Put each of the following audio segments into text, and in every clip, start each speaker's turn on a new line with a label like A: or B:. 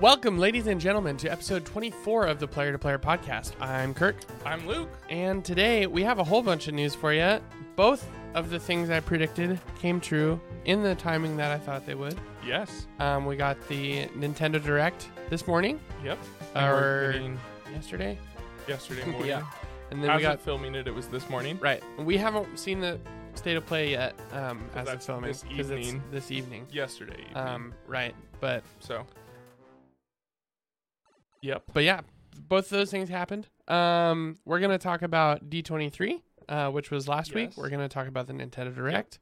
A: Welcome, ladies and gentlemen, to episode 24 of the Player to Player podcast. I'm Kirk,
B: I'm Luke.
A: and today we have a whole bunch of news for you. Both of the things I predicted came true in the timing that I thought they would.
B: Yes.
A: Um, we got the Nintendo Direct this morning,
B: Yep.
A: Our-
B: We're getting
A: yesterday,
B: yesterday morning.
A: Yeah. and then
B: As
A: we got
B: of filming it, it was this morning.
A: right. We haven't seen the state of play yet um, as of
B: that's
A: filming
B: this
A: 'cause it's
B: evening.
A: This evening,
B: Yesterday. Evening,
A: um, right? But
B: so. Yep.
A: but yeah, both of those things happened. Um, we're gonna talk about D23, uh, which was last week.
B: Yes.
A: We're gonna talk about the Nintendo Direct,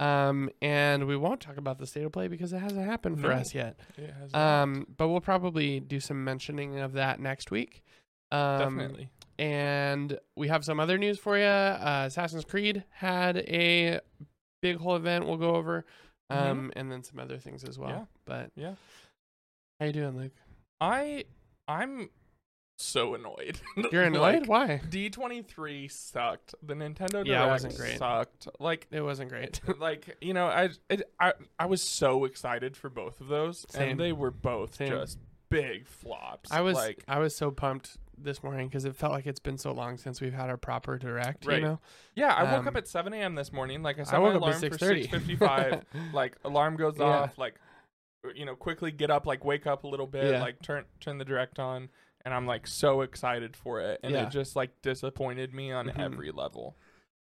A: um, and we won't talk about the state of play because it hasn't happened for
B: No.
A: us yet.
B: It has
A: Um, but we'll probably do some mentioning of that next week. Um,
B: definitely.
A: And we have some other news for you. Uh, Assassin's Creed had a big whole event. We'll go over, um, and then some other things as well.
B: Mm-hmm. Yeah.
A: But
B: Yeah.
A: how you doing, Luke?
B: I I'm so annoyed.
A: You're annoyed. Why?
B: D twenty three sucked. The Nintendo Direct
A: Yeah, it wasn't great.
B: sucked. Like
A: It wasn't great.
B: like you know I it, I I was so excited for both of those,
A: Same.
B: and they were both
A: Same.
B: just big flops.
A: I was
B: like
A: I was so pumped this morning because it felt like it's been so long since we've had our proper direct. You
B: Right.
A: know,
B: Yeah, I woke
A: Um,
B: up at 7 a.m. this morning. Like I set
A: I woke
B: my
A: up
B: alarm
A: at
B: for
A: six thirty.
B: 6:55. like alarm goes
A: Yeah.
B: off. Like uh, you know, quickly get up. Like wake up a little bit.
A: Yeah.
B: Like turn turn the direct on, and I'm like so excited for it, and
A: Yeah.
B: it just like disappointed me on
A: Mhm.
B: every level.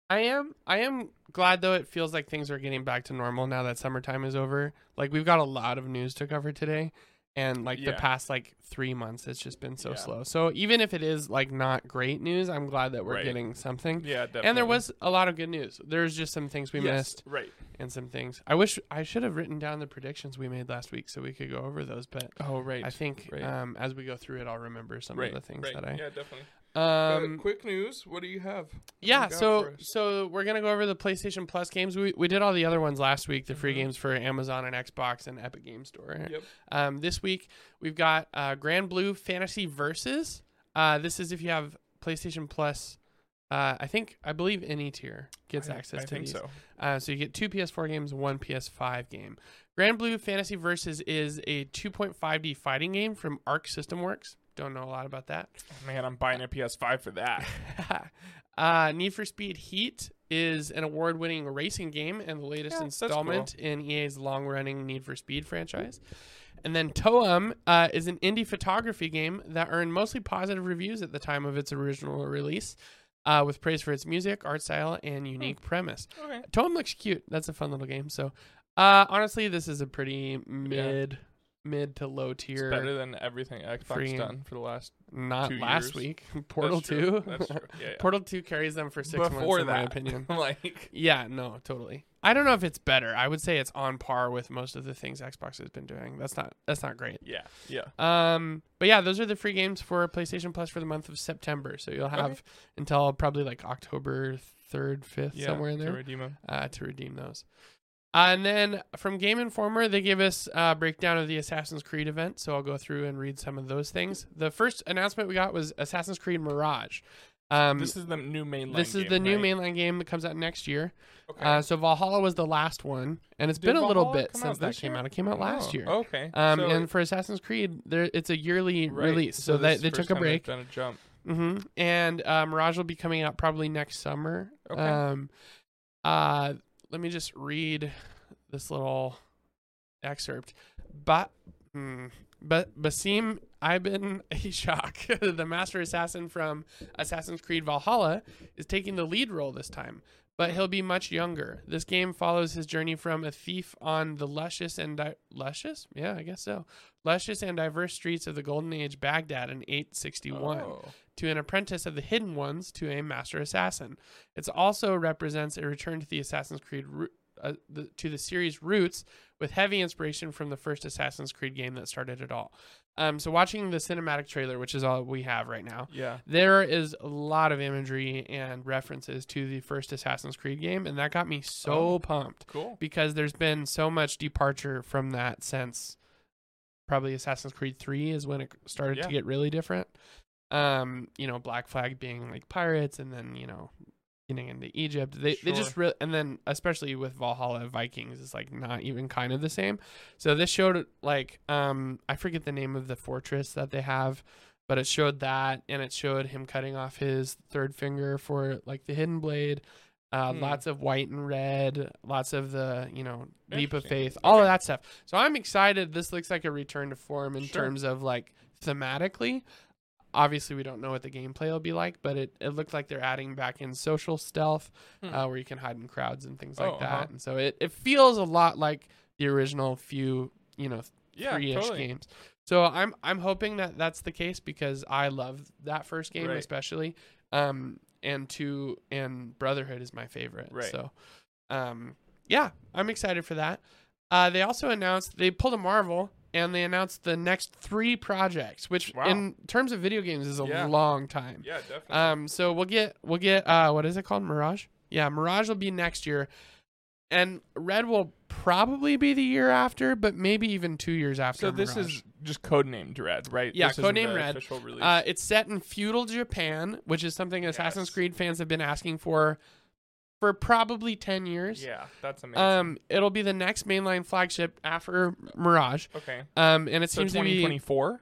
A: I am I am glad though. It feels like things are getting back to normal now that summertime is over. Like we've got a lot of news to cover today, and like the
B: Yeah.
A: past like three months, it's just been so
B: Yeah.
A: slow. So even if it is like not great news, I'm glad that we're
B: Right.
A: getting something.
B: Yeah, definitely.
A: And there was a lot of good news. There's just some things we
B: Yes,
A: missed
B: Right.
A: and some things. I wish I should have written down the predictions we made last week so we could go over those, but
B: Oh right.
A: I think
B: Right.
A: um, as we go through it, I'll remember some of
B: right.
A: the things
B: right.
A: that I.
B: Yeah, definitely. Uh,
A: Um,
B: quick news. What do you have?
A: yeah,
B: got
A: so
B: for us?
A: so we're gonna go over the PlayStation Plus games. We we did all the other ones last week, the free
B: Mhm.
A: games for Amazon and Xbox and Epic Game Store.
B: Yep.
A: Um, this week we've got uh, Grand Blue Fantasy Versus. Uh, this is if you have PlayStation Plus. Uh, I think I believe any tier gets
B: I,
A: access
B: I
A: to
B: think
A: these.
B: so.
A: Uh, so you get two PS4 games, one PS5 game. Grand Blue Fantasy Versus is a 2.5D fighting game from Arc System Works. Don't know a lot about that.
B: Oh, man, I'm buying a PS5 for that.
A: uh, Need for Speed Heat is an award-winning racing game and the latest
B: Yeah, that's cool.
A: installment in EA's long-running Need for Speed franchise. And then Toem uh, is an indie photography game that earned mostly positive reviews at the time of its original release, uh, with praise for its music, art style, and
B: Hmm.
A: unique premise.
B: okay.
A: Toem looks cute. That's a fun little game. So, uh, honestly, this is a pretty mid, mid to low
B: It's
A: tier.
B: better than everything Xbox
A: Free-
B: done for the last.
A: Not
B: two
A: last
B: years.
A: week. Portal
B: That's true.
A: Two.
B: That's true. Yeah, yeah.
A: Portal Two carries them for six months,
B: Before
A: in my
B: that.
A: opinion.
B: like
A: Yeah, no, totally. I don't know if it's better. I would say it's on par with most of the things Xbox has been doing. That's not that's not great.
B: yeah yeah
A: Um, but yeah, those are the free games for PlayStation Plus for the month of September. So you'll have until probably like October third, fifth,
B: yeah
A: somewhere in
B: to
A: there
B: redeem 'em.
A: uh, to redeem those. Uh, And then from Game Informer, they give us a breakdown of the Assassin's Creed event. So I'll go through and read some of those things. The first announcement we got was Assassin's Creed Mirage. Um,
B: this is the new mainline
A: this is
B: game,
A: the new
B: right?
A: mainline game that comes out next year.
B: okay.
A: Uh, so Valhalla was the last one, and it's
B: Did
A: been a little
B: Valhalla
A: bit
B: come
A: since
B: out
A: that
B: this
A: came
B: year?
A: out. It came out last
B: Oh,
A: year.
B: okay
A: Um,
B: So-
A: and for Assassin's Creed, there it's a yearly
B: right,
A: release, so,
B: this
A: they,
B: is
A: they
B: the
A: took
B: first
A: a
B: time
A: break.
B: they've done a jump
A: hmm And uh, Mirage will be coming out probably next summer.
B: Okay.
A: Um, uh, let me just read this little excerpt. But. Hmm. But Basim Ibn Ishaq, the master assassin from Assassin's Creed Valhalla, is taking the lead role this time, but he'll be much younger. This game follows his journey from a thief on the luscious and di- luscious, yeah, I guess so, luscious and diverse streets of the Golden Age Baghdad in 861
B: Oh,
A: to an apprentice of the Hidden Ones to a master assassin. It also represents a return to the Assassin's Creed roo- uh, the, to the series roots with heavy inspiration from the first Assassin's Creed game that started it all. Um, so watching the cinematic trailer, which is all we have right now,
B: yeah
A: there is a lot of imagery and references to the first Assassin's Creed game, and that got me so
B: Oh.
A: pumped
B: cool
A: because there's been so much departure from that since probably Assassin's Creed 3 is when it started to
B: Yeah.
A: get really different. Um, you know, Black Flag being like pirates and then, you know, getting into Egypt. They they just really and then especially with Valhalla Vikings it's like not even kind of the same. So this showed like um I forget the name of the fortress that they have, but it showed that and it showed him cutting off his third finger for like the hidden blade. Uh,
B: Hmm.
A: Lots of white and red, lots of the you know leap of
B: Interesting.
A: faith, all of that stuff. So I'm excited. This looks like a return to form in
B: Sure.
A: terms of like thematically. Obviously, we don't know what the gameplay will be like, but it, it looked like they're adding back in social stealth
B: Hmm.
A: uh, where you can hide in crowds and things
B: Oh,
A: like that.
B: uh-huh.
A: And so it, it feels a lot like the original few, you know,
B: Yeah,
A: three-ish
B: totally.
A: games. So I'm I'm hoping that that's the case because I love that first game
B: Right.
A: especially. Um, and two and Brotherhood is my favorite.
B: Right.
A: So, um, yeah, I'm excited for that. Uh, they also announced they pulled a Marvel and they announced the next three projects, which
B: Wow.
A: in terms of video games is a
B: Yeah.
A: long time.
B: Yeah, definitely.
A: Um, so we'll get we'll get uh, what is it called? Mirage. Yeah, Mirage will be next year, and Red will probably be the year after, but maybe even two years after.
B: so this
A: Mirage.
B: is just codenamed Red, right?
A: Yeah,
B: This isn't
A: codename
B: the
A: Red.
B: Official release.
A: Uh, it's set in feudal Japan, which is something Assassin's
B: Yes.
A: Creed fans have been asking for for probably ten years.
B: yeah, that's amazing.
A: Um, it'll be the next mainline flagship after Mirage.
B: okay,
A: Um, and it
B: so
A: seems to be
B: 2024,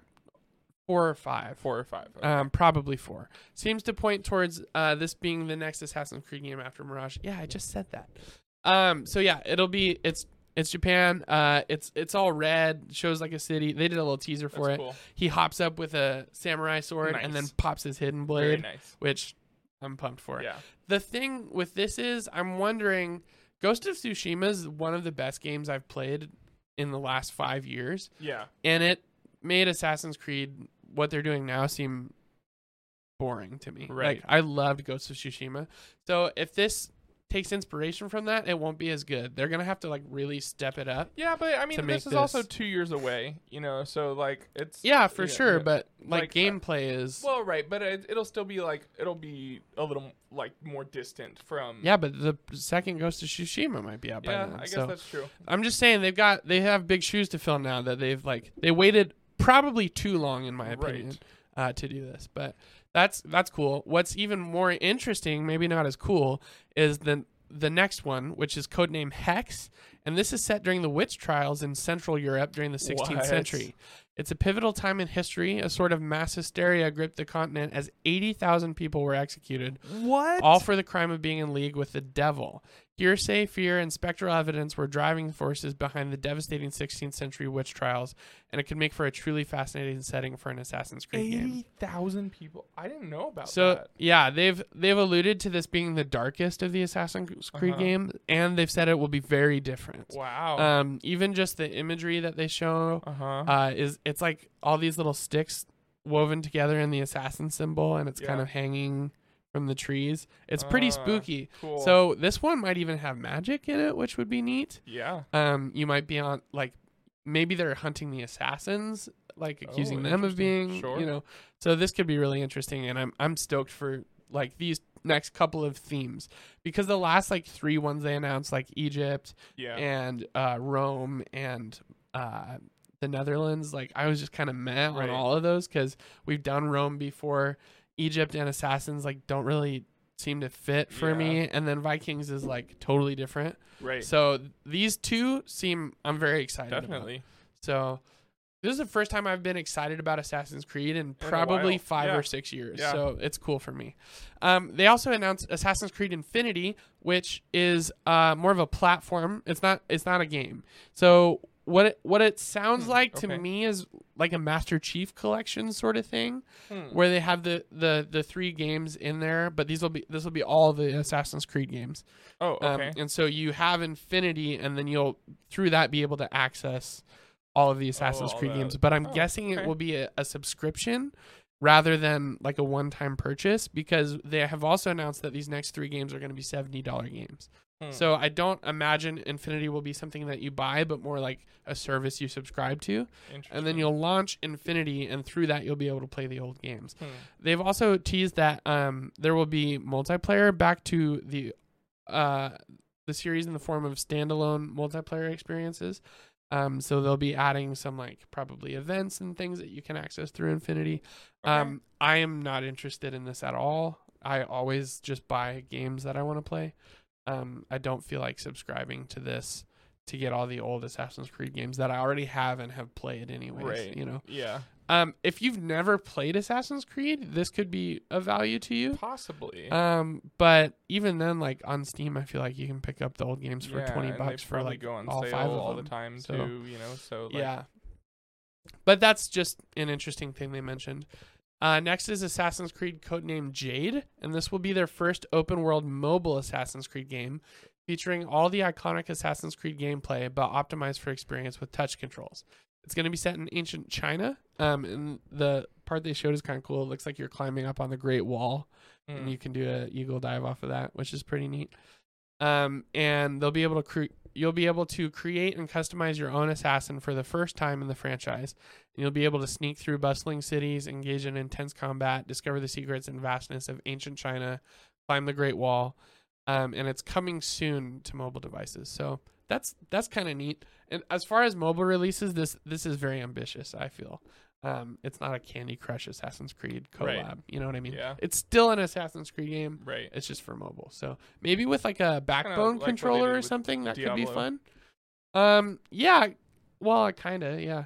A: four or five.
B: four or five. Okay.
A: um, probably four. Seems to point towards uh, this being the next Assassin's Creed game after Mirage. Yeah, I just said that. Um, so yeah, it'll be it's it's Japan. Uh, it's it's all red. Shows like a city. They did a little teaser for
B: that's
A: it.
B: cool.
A: He hops up with a samurai sword and then
B: Nice.
A: pops his hidden
B: Very
A: blade,
B: nice.
A: which I'm pumped for.
B: Yeah,
A: The thing with this is, I'm wondering. Ghost of Tsushima is one of the best games I've played in the last five years
B: yeah.
A: and it made Assassin's Creed what they're doing now seem boring to me.
B: Right.
A: Like I loved Ghost of Tsushima. So if this takes inspiration from that, it won't be as good. They're gonna have to like really step it up.
B: Yeah, but I
A: to
B: mean,
A: make
B: this is also
A: this.
B: two years away, you know. So like, it's
A: Yeah, for
B: Yeah,
A: sure.
B: yeah.
A: But like,
B: Like, uh,
A: gameplay is
B: well, right, but it, it'll still be like it'll be a little m- like more distant from.
A: yeah, but the second Ghost of Tsushima might be out by
B: yeah.
A: then.
B: I guess
A: so
B: that's true.
A: I'm just saying they've got they have big shoes to fill now that they've like they waited probably too long in my opinion.
B: Right.
A: uh, to do this. But that's that's cool. What's even more interesting, maybe not as cool, is the the next one, which is codenamed Hex, and this is set during the witch trials in Central Europe during the 16th
B: What?
A: century. It's a pivotal time in history. A sort of mass hysteria gripped the continent as 80,000 people were executed
B: What?
A: all for the crime of being in league with the devil. Hearsay, fear, and spectral evidence were driving forces behind the devastating 16th century witch trials, and it could make for a truly fascinating setting for an Assassin's Creed game.
B: eighty thousand people. I didn't know about
A: So
B: that.
A: yeah, they've they've alluded to this being the darkest of the Assassin's Creed
B: Uh-huh.
A: game, and they've said it will be very different.
B: Wow.
A: Um, even just the imagery that they show
B: uh huh.
A: uh, is it's like all these little sticks woven together in the assassin symbol, and it's kind
B: Yeah.
A: of hanging from the trees. It's pretty
B: Ah.
A: spooky.
B: cool.
A: So this one might even have magic in it, which would be neat.
B: yeah.
A: Um, you might be on like maybe they're hunting the assassins, like
B: Oh,
A: accusing them of
B: interesting.
A: being,
B: Sure.
A: you know. So this could be really interesting, and I'm I'm stoked for like these next couple of themes because the last like three ones they announced, like Egypt
B: Yeah.
A: and uh, Rome and uh, the Netherlands, like I was just kind of meh on
B: Right.
A: all of those because we've done Rome before. Egypt and assassins like don't really seem to fit for
B: Yeah.
A: me, and then Vikings is like totally different.
B: right.
A: So th- these two seem I'm very excited. about.
B: Definitely.
A: So this is the first time I've been excited about Assassin's Creed in
B: a
A: probably
B: while.
A: five
B: Yeah.
A: or six years.
B: Yeah.
A: So it's cool for me. Um, they also announced Assassin's Creed Infinity, which is uh, more of a platform. It's not. It's not a game. So what it, what it sounds
B: Hmm,
A: like to
B: okay.
A: me is like a Master Chief collection sort of thing,
B: Hmm.
A: where they have the, the the three games in there. But these will be this will be all the Assassin's Creed games.
B: Oh,
A: Um,
B: okay.
A: And so you have Infinity, and then you'll through that be able to access all of the Assassin's
B: Oh, all
A: Creed
B: that.
A: games. But I'm
B: Oh,
A: guessing it
B: okay.
A: will be a, a subscription rather than like a one-time purchase because they have also announced that these next three games are going to be seventy dollar games.
B: Hmm.
A: So I don't imagine Infinity will be something that you buy, but more like a service you subscribe to, and then
B: Interesting.
A: you'll launch Infinity, and through that you'll be able to play the old games.
B: Hmm.
A: They've also teased that um, there will be multiplayer back to the uh, the series in the form of standalone multiplayer experiences. Um, so they'll be adding some like probably events and things that you can access through Infinity.
B: Okay.
A: Um, I am not interested in this at all. I always just buy games that I want to play. Um, I don't feel like subscribing to this to get all the old Assassin's Creed games that I already have and have played anyways.
B: Right.
A: You know,
B: Yeah.
A: um, if you've never played Assassin's Creed, this could be of value to you.
B: Possibly.
A: Um, but even then, like on Steam, I feel like you can pick up the old games for
B: Yeah,
A: twenty
B: and they
A: bucks for
B: probably
A: like
B: go on
A: all
B: sale
A: five of
B: all
A: them,
B: the time
A: so-
B: too, you know. So like,
A: yeah. But that's just an interesting thing they mentioned. Uh, next is Assassin's Creed codename Jade, and this will be their first open world mobile Assassin's Creed game, featuring all the iconic Assassin's Creed gameplay but optimized for experience with touch controls. It's going to be set in ancient China, um, and the part they showed is kind of cool. It looks like you're climbing up on the Great Wall,
B: mm,
A: and you can do a eagle dive off of that, which is pretty neat. Um, and they'll be able to cre- you'll be able to create and customize your own assassin for the first time in the franchise. And you'll be able to sneak through bustling cities, engage in intense combat, discover the secrets and vastness of ancient China, climb the Great Wall. Um, and it's coming soon to mobile devices. So that's that's kind of neat. And as far as mobile releases, this this is very ambitious. I feel um, it's not a Candy Crush Assassin's Creed collab.
B: Right.
A: Uh, You know what I mean?
B: yeah.
A: It's still an Assassin's Creed game.
B: Right.
A: It's just for mobile. So maybe with like a
B: like
A: backbone
B: what they
A: controller
B: did
A: or
B: with
A: something that could be
B: Diablo.
A: fun. Um yeah, well kind of, yeah.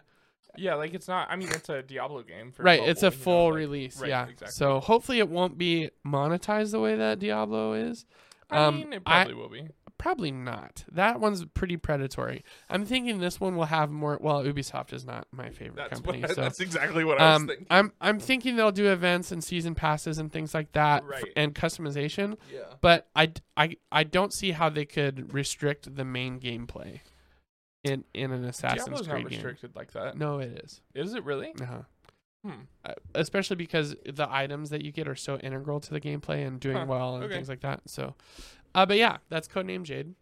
B: Yeah, like it's not. I mean, it's a Diablo game. For
A: right, it's a
B: mobile, you know,
A: full
B: like-
A: release,
B: right,
A: yeah.
B: exactly.
A: So hopefully it won't be monetized the way that Diablo is.
B: I
A: um,
B: mean, it
A: I-
B: probably will be.
A: Probably not. That one's pretty predatory. I'm thinking this one will have more well Ubisoft is not my favorite
B: That's
A: company.
B: what.
A: so
B: That's exactly what I was
A: um,
B: thinking.
A: I'm I'm thinking they'll do events and season passes and things like that f-
B: Right.
A: and customization.
B: Yeah.
A: but I, d- I- I don't see how they could restrict the main gameplay in in an Assassin's
B: Diablo's not
A: Creed game.
B: restricted like that.
A: No, it is.
B: Is it really?
A: Uh-huh.
B: Hmm.
A: Uh, Especially because the items that you get are so integral to the gameplay and doing
B: Huh,
A: well and
B: okay.
A: things like that. So, uh, but yeah, that's codename Jade.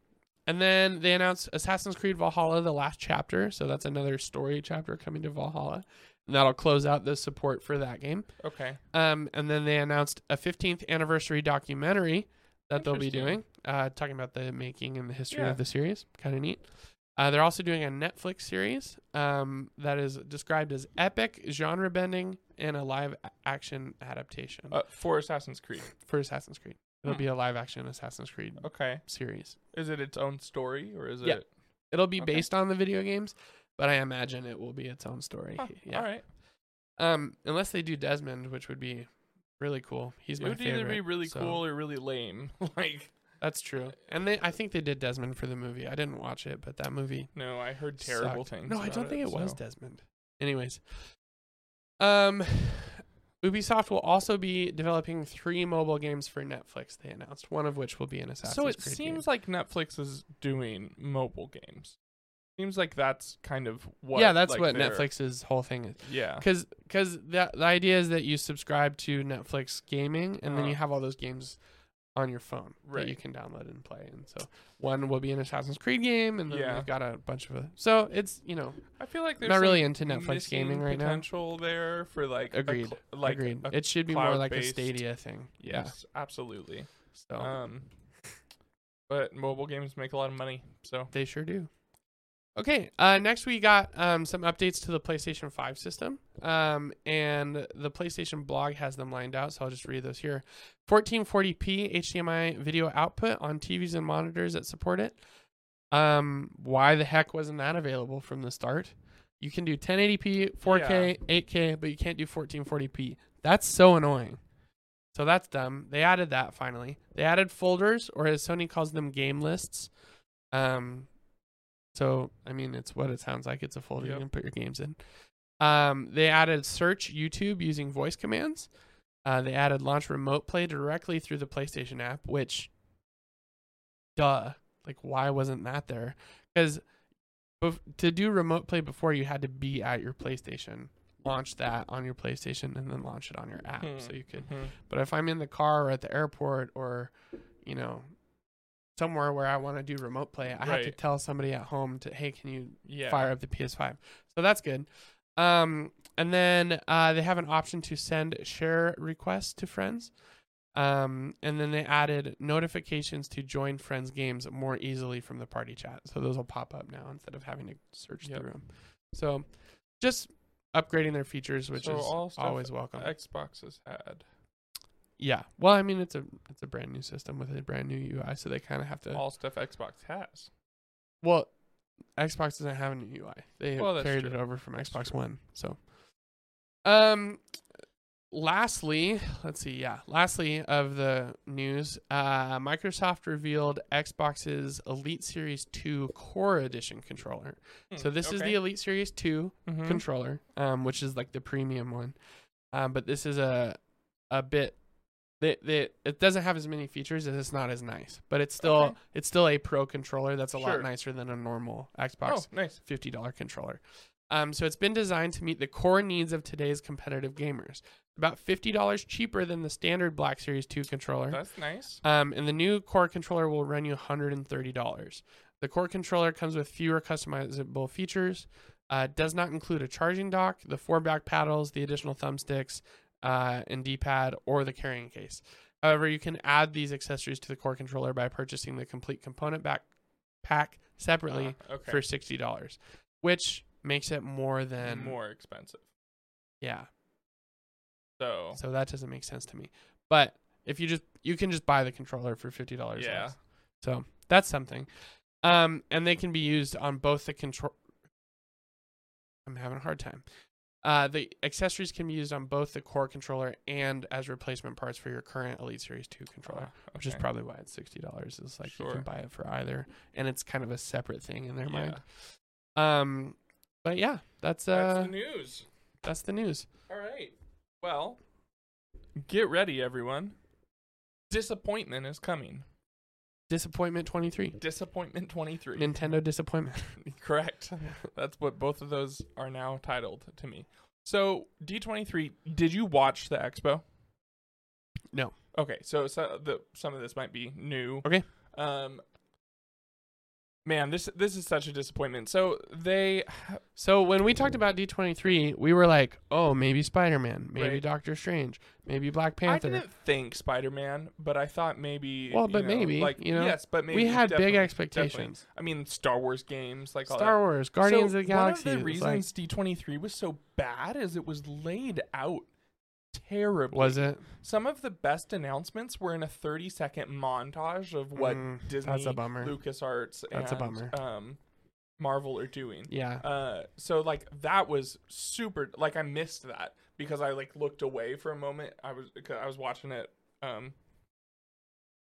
A: And then they announced Assassin's Creed Valhalla, the last chapter. So that's another story chapter coming to Valhalla, and that'll close out the support for that game.
B: Okay.
A: Um, and then they announced a 15th anniversary documentary that they'll be doing,
B: Interesting.
A: uh, talking about the making and the history
B: Yeah.
A: of the series. Kind of neat. Uh, they're also doing a Netflix series um, that is described as epic, genre bending, and a live a- action adaptation
B: Uh, for Assassin's Creed.
A: for Assassin's Creed. It'll
B: Hmm.
A: be a live action Assassin's Creed
B: Okay.
A: series.
B: Is it its own story or is
A: Yeah.
B: it?
A: It'll be
B: Okay.
A: based on the video games, but I imagine it will be its own story.
B: Huh,
A: yeah.
B: All right.
A: Um, unless they do Desmond, which would be really cool. He's
B: It
A: my
B: would
A: favorite.
B: either be really
A: so-
B: cool or really lame. like,
A: That's true. And they I think they did Desmond for the movie. I didn't watch it, but that movie
B: no, I heard terrible
A: sucked.
B: things.
A: No, I
B: about
A: don't think it, was
B: so-
A: Desmond. Anyways. Um Ubisoft will also be developing three mobile games for Netflix, they announced, one of which will be an Assassin's
B: so it
A: Creed game.
B: seems like Netflix is doing mobile games. Seems like that's kind of what.
A: Yeah, that's
B: like,
A: what
B: their-
A: Netflix's whole thing is.
B: Yeah.
A: Cuz cuz the the idea is that you subscribe to Netflix gaming and then
B: Uh-huh.
A: you have all those games on your phone that you
B: Right.
A: can download and play. And so one will be an Assassin's Creed game and then
B: Yeah.
A: they've got a bunch of other. So it's, you know,
B: I feel like there's
A: not really
B: some
A: into Netflix
B: missing
A: gaming right now.
B: potential there for like a
A: Agreed.
B: cl- like
A: Agreed.
B: a-
A: It should be more like a
B: cloud-based-
A: Stadia thing. Yeah.
B: yes, absolutely.
A: So
B: Um, but mobile games make a lot of money, so
A: they sure do. Okay. Uh, next we got um, some updates to the PlayStation 5 system. Um, and the PlayStation blog has them lined out, so I'll just read those here. 1440p HDMI video output on TVs and monitors that support it. Um, why the heck wasn't that available from the start? You can do 1080p, 4K, 8K, but you can't do 1440p. That's so annoying. So that's dumb. They added that finally. They added folders, or as Sony calls them, game lists. Um, so I mean, it's what it sounds like. It's a folder
B: Yep.
A: you can put your games in. Um, they added search YouTube using voice commands. Uh, they added launch remote play directly through the PlayStation app, which, duh, like why wasn't that there? Because to do remote play before, you had to be at your PlayStation, launch that on your PlayStation, and then launch it on your app,
B: Hmm,
A: Ah, so you could.
B: mhm.
A: But if I'm in the car or at the airport or, you know, somewhere where I want to do remote play, I have to
B: Right.
A: tell somebody at home to, hey, can you
B: yeah,
A: fire up the PS5? So that's good. Um, and then uh, they have an option to send share requests to friends. Um, and then they added notifications to join friends' games more easily from the party chat. So those will pop up now instead of having to search
B: Yep.
A: through them. So just upgrading their features, which
B: So
A: is
B: all stuff
A: always welcome.
B: Xbox has had.
A: Yeah. Well, I mean, it's a it's a brand new system with a brand new UI, so they kind of have to.
B: All stuff Xbox has.
A: Well, Xbox doesn't have a new UI. They
B: Well, that's
A: carried
B: true.
A: it over from
B: That's
A: Xbox
B: true.
A: One. So, um, lastly, let's see. Yeah, lastly of the news, uh, Microsoft revealed Xbox's Elite Series Two Core Edition controller. So this is the Elite Series Two
B: the Hmm, mm-hmm.
A: controller, um, which is like the premium one. Um, but this is a a bit that that it doesn't have as many features and it's not as nice, but it's still
B: Okay.
A: it's still a pro controller that's a
B: Sure.
A: lot nicer than a normal Xbox
B: Oh, nice.
A: fifty dollar controller. Um, so it's been designed to meet the core needs of today's competitive gamers. About fifty dollars cheaper than the standard Black Series Two controller.
B: That's nice.
A: Um, and the new core controller will run you $130. The core controller comes with fewer customizable features, uh, does not include a charging dock, the four back paddles, the additional thumbsticks, uh, and D pad, or the carrying case. However, you can add these accessories to the core controller by purchasing the complete component back pack separately
B: Uh, okay.
A: for $60, which makes it more than.
B: more expensive.
A: Yeah.
B: So
A: So that doesn't make sense to me. But if you just you can just buy the controller for fifty dollars.
B: Yeah.
A: Less. So that's something. Um, and they can be used on both the control. I'm having a hard time. Uh, the accessories can be used on both the core controller and as replacement parts for your current Elite Series Two controller,
B: Ah,
A: which is
B: okay.
A: probably why it's sixty dollars. Is like you
B: Sure.
A: can buy it for either, and it's kind of a separate thing in their
B: yeah.
A: mind. Um, but yeah, that's uh,
B: That's the news.
A: that's the news.
B: All right. Well, get ready, everyone. Disappointment is coming.
A: Disappointment twenty three.
B: Disappointment 23.
A: Nintendo disappointment.
B: Correct. That's what both of those are now titled to me. So, D23, did you watch the expo?
A: No.
B: Okay, so, so the, some of this might be new.
A: Okay.
B: Um Man, this this is such a disappointment. So, they
A: So when we talked about D23, we were like, oh, maybe Spider-Man, maybe
B: Right.
A: Doctor Strange, maybe Black Panther.
B: I didn't think Spider-Man, but I thought maybe
A: Well,
B: you
A: but
B: know,
A: maybe,
B: like
A: you know,
B: yes, but maybe
A: we had
B: definitely,
A: big
B: definitely.
A: expectations.
B: I mean, Star Wars games like all that.
A: Star Wars, Guardians
B: So
A: of the Galaxy.
B: One
A: it
B: of the
A: was like-
B: reasons D23 was so bad is it was laid out terribly.
A: was it?
B: Some of the best announcements were in a 30 second montage of what
A: Mm, that's
B: Disney,
A: a bummer.
B: LucasArts, and
A: That's a bummer.
B: Um, Marvel are doing.
A: Yeah.
B: Uh, so like that was super. Like I missed that because I like looked away for a moment. I was 'cause I was watching it um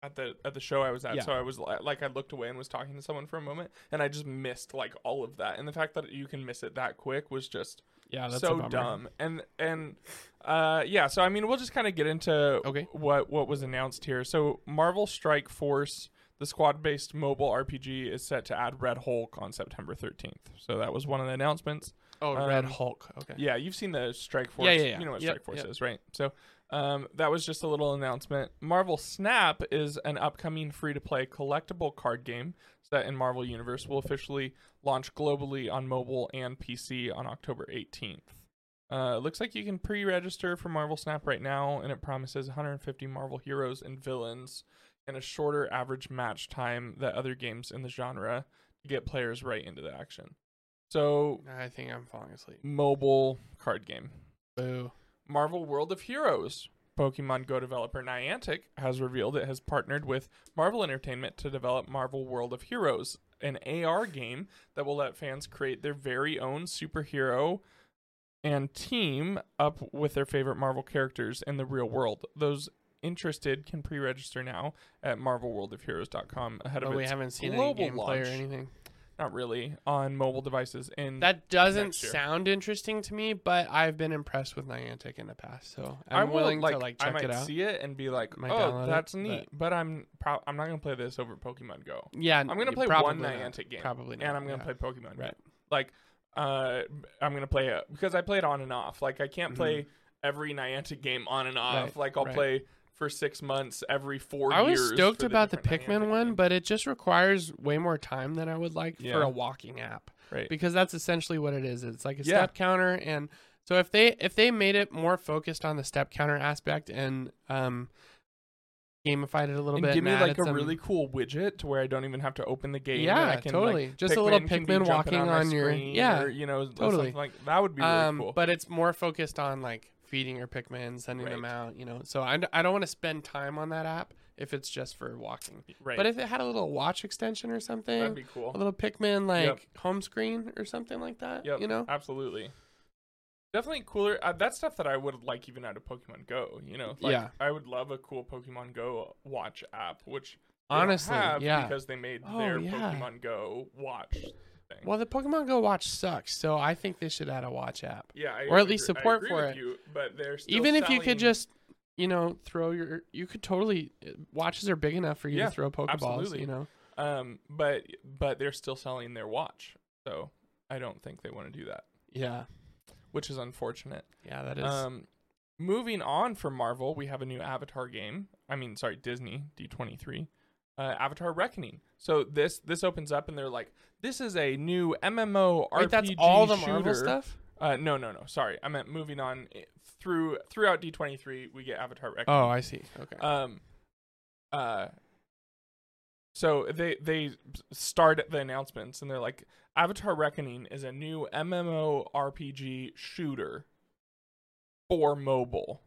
B: at the at the show I was at.
A: Yeah.
B: So I was li- like I looked away and was talking to someone for a moment, and I just missed like all of that. And the fact that you can miss it that quick was just
A: yeah, that's a
B: so
A: bummer.
B: dumb. And and uh yeah, so I mean we'll just kind of get into
A: Okay.
B: what what was announced here. So Marvel Strike Force, the squad-based mobile RPG is set to add Red Hulk on September 13th. So that was one of the announcements.
A: Oh, Red
B: Um,
A: Hulk. Okay.
B: Yeah, you've seen the Strike Force.
A: Yeah, yeah, yeah.
B: You know what
A: Yep,
B: Strike Force
A: yep.
B: is, right? So um, that was just a little announcement. Marvel Snap is an upcoming free to play collectible card game set in Marvel Universe. Will officially launch globally on mobile and PC on October 18th. Uh, it looks like you can pre register for Marvel Snap right now, and it promises 150 Marvel heroes and villains and a shorter average match time than other games in the genre to get players right into the action. So
A: I think I'm falling asleep.
B: mobile card game.
A: Boo.
B: Marvel World of Heroes. Pokemon Go developer Niantic has revealed it has partnered with Marvel Entertainment to develop Marvel World of Heroes, an AR game that will let fans create their very own superhero and team up with their favorite Marvel characters in the real world. Those interested can pre-register now at marvelworldofheroes.com ahead of
A: But Oh, we
B: its-
A: haven't seen any
B: global
A: gameplay
B: launch.
A: or anything.
B: not really on mobile devices in
A: That doesn't
B: Next year.
A: sound interesting to me, but I've been impressed with Niantic in the past, so I'm
B: I will,
A: willing to like check
B: I might
A: it out.
B: see it and be like,
A: Might
B: "Oh,
A: download it,
B: that's
A: but-
B: neat," but, I'm pro- I'm not gonna play this over Pokemon Go.
A: yeah,
B: I'm gonna play one Niantic game,
A: probably, not,
B: and I'm gonna
A: yeah.
B: play Pokemon. Go.
A: Right.
B: Like, uh, I'm gonna play it because I play it on and off. Like, I can't play every Niantic game on and off.
A: Mm-hmm. Right,
B: Like, I'll
A: right.
B: play for six months every four.
A: I was
B: years
A: stoked
B: for
A: about the
B: different
A: Pikmin
B: Niantic
A: one,
B: game.
A: but it just requires way more time than I would like for
B: Yeah.
A: a walking app
B: right.
A: because that's essentially what it is. It's like a
B: Yeah.
A: step counter, and so if they if they made it more focused on the step counter aspect and um gamified it a little
B: and
A: bit,
B: give me
A: and
B: like
A: added
B: a
A: some-
B: really cool widget to where I don't even have to open the game. and
A: Yeah,
B: I can,
A: totally.
B: Like,
A: Just a little
B: can be
A: Pikmin
B: jumping
A: walking
B: on, my
A: on your-
B: screen
A: yeah,
B: or, you know, something
A: totally.
B: like that would be really
A: um,
B: cool.
A: but it's more focused on like feeding your Pikmin, sending them
B: Right.
A: out, you know. So I, I don't want to spend time on that app if it's just for walking.
B: Right.
A: But if it had a little watch extension or something,
B: That'd be
A: a
B: cool.
A: little Pikmin like
B: Yep.
A: home screen or something like that,
B: Yep.
A: you know?
B: Absolutely. Definitely cooler. Uh, that's stuff that I would like even out of Pokemon Go. You know, like,
A: Yeah.
B: I would love a cool Pokemon Go watch app, which they don't
A: Honestly,
B: have
A: yeah.
B: because they made
A: Oh,
B: their
A: yeah.
B: Pokemon Go watch thing.
A: Well, the Pokemon Go watch sucks, so I think they should add a watch app.
B: yeah, I
A: or at least
B: agree- I
A: support
B: agree
A: for
B: with
A: it.
B: You, but they're still
A: Even if you could
B: selling-
A: just, you know, throw your you could totally uh, watches are big enough for you
B: Yeah,
A: to throw pokeballs,
B: absolutely.
A: you know.
B: um, but but they're still selling their watch, so I don't think they want to do that,
A: Yeah.
B: which is unfortunate.
A: Yeah, that is.
B: Um, moving on from Marvel, we have a new Avatar game. I mean, sorry, Disney D twenty three, Avatar Reckoning. So this this opens up and they're like, this is a new MMO RPG
A: Wait, that's all the
B: shooter.
A: Marvel stuff?
B: Uh, no, no, no. Sorry, I meant moving on eh, through throughout D twenty three. We get Avatar Reckoning.
A: Oh, I see. Okay.
B: Um, uh, so they they start the announcements and they're like, Avatar Reckoning is a new MMORPG shooter for mobile.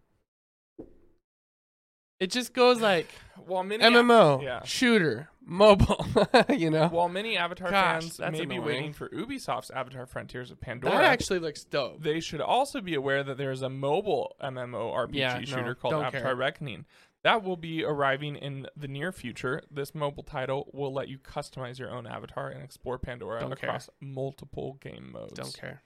A: it just goes like
B: While many
A: MMO,
B: yeah.
A: shooter, mobile, you know.
B: while many Avatar
A: Gosh,
B: fans
A: that's
B: may be
A: annoying.
B: waiting for Ubisoft's Avatar Frontiers of Pandora,
A: that actually looks dope.
B: they should also be aware that there is a mobile MMORPG
A: Yeah,
B: shooter
A: no,
B: called
A: don't
B: Avatar
A: care.
B: Reckoning. That will be arriving in the near future. This mobile title will let you customize your own avatar and explore Pandora
A: Don't care.
B: across multiple game modes.
A: Don't care.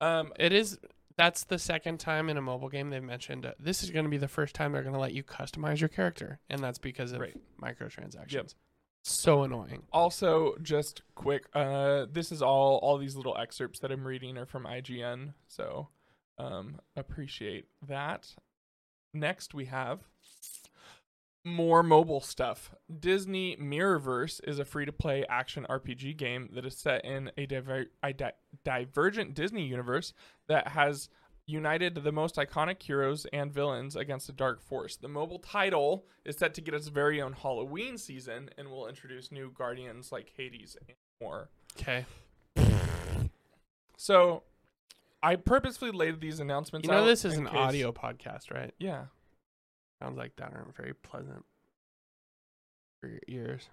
B: Um,
A: It is that's the second time in a mobile game they've mentioned uh, this is going to be the first time they're going to let you customize your character, and that's because of
B: Right.
A: microtransactions. So annoying.
B: also, just quick. Uh, this is all all these little excerpts that I'm reading are from IGN, so um, appreciate that. Next, we have more mobile stuff. Disney Mirrorverse is a free-to-play action RPG game that is set in a, diver- a di- divergent Disney universe that has united the most iconic heroes and villains against a dark force. The mobile title is set to get its very own Halloween season and will introduce new guardians like Hades and more.
A: Okay.
B: So, I purposefully laid these announcements
A: You know
B: out
A: this is
B: in
A: an
B: case-
A: audio podcast, right?
B: Yeah.
A: Sounds like that aren't very pleasant for your ears.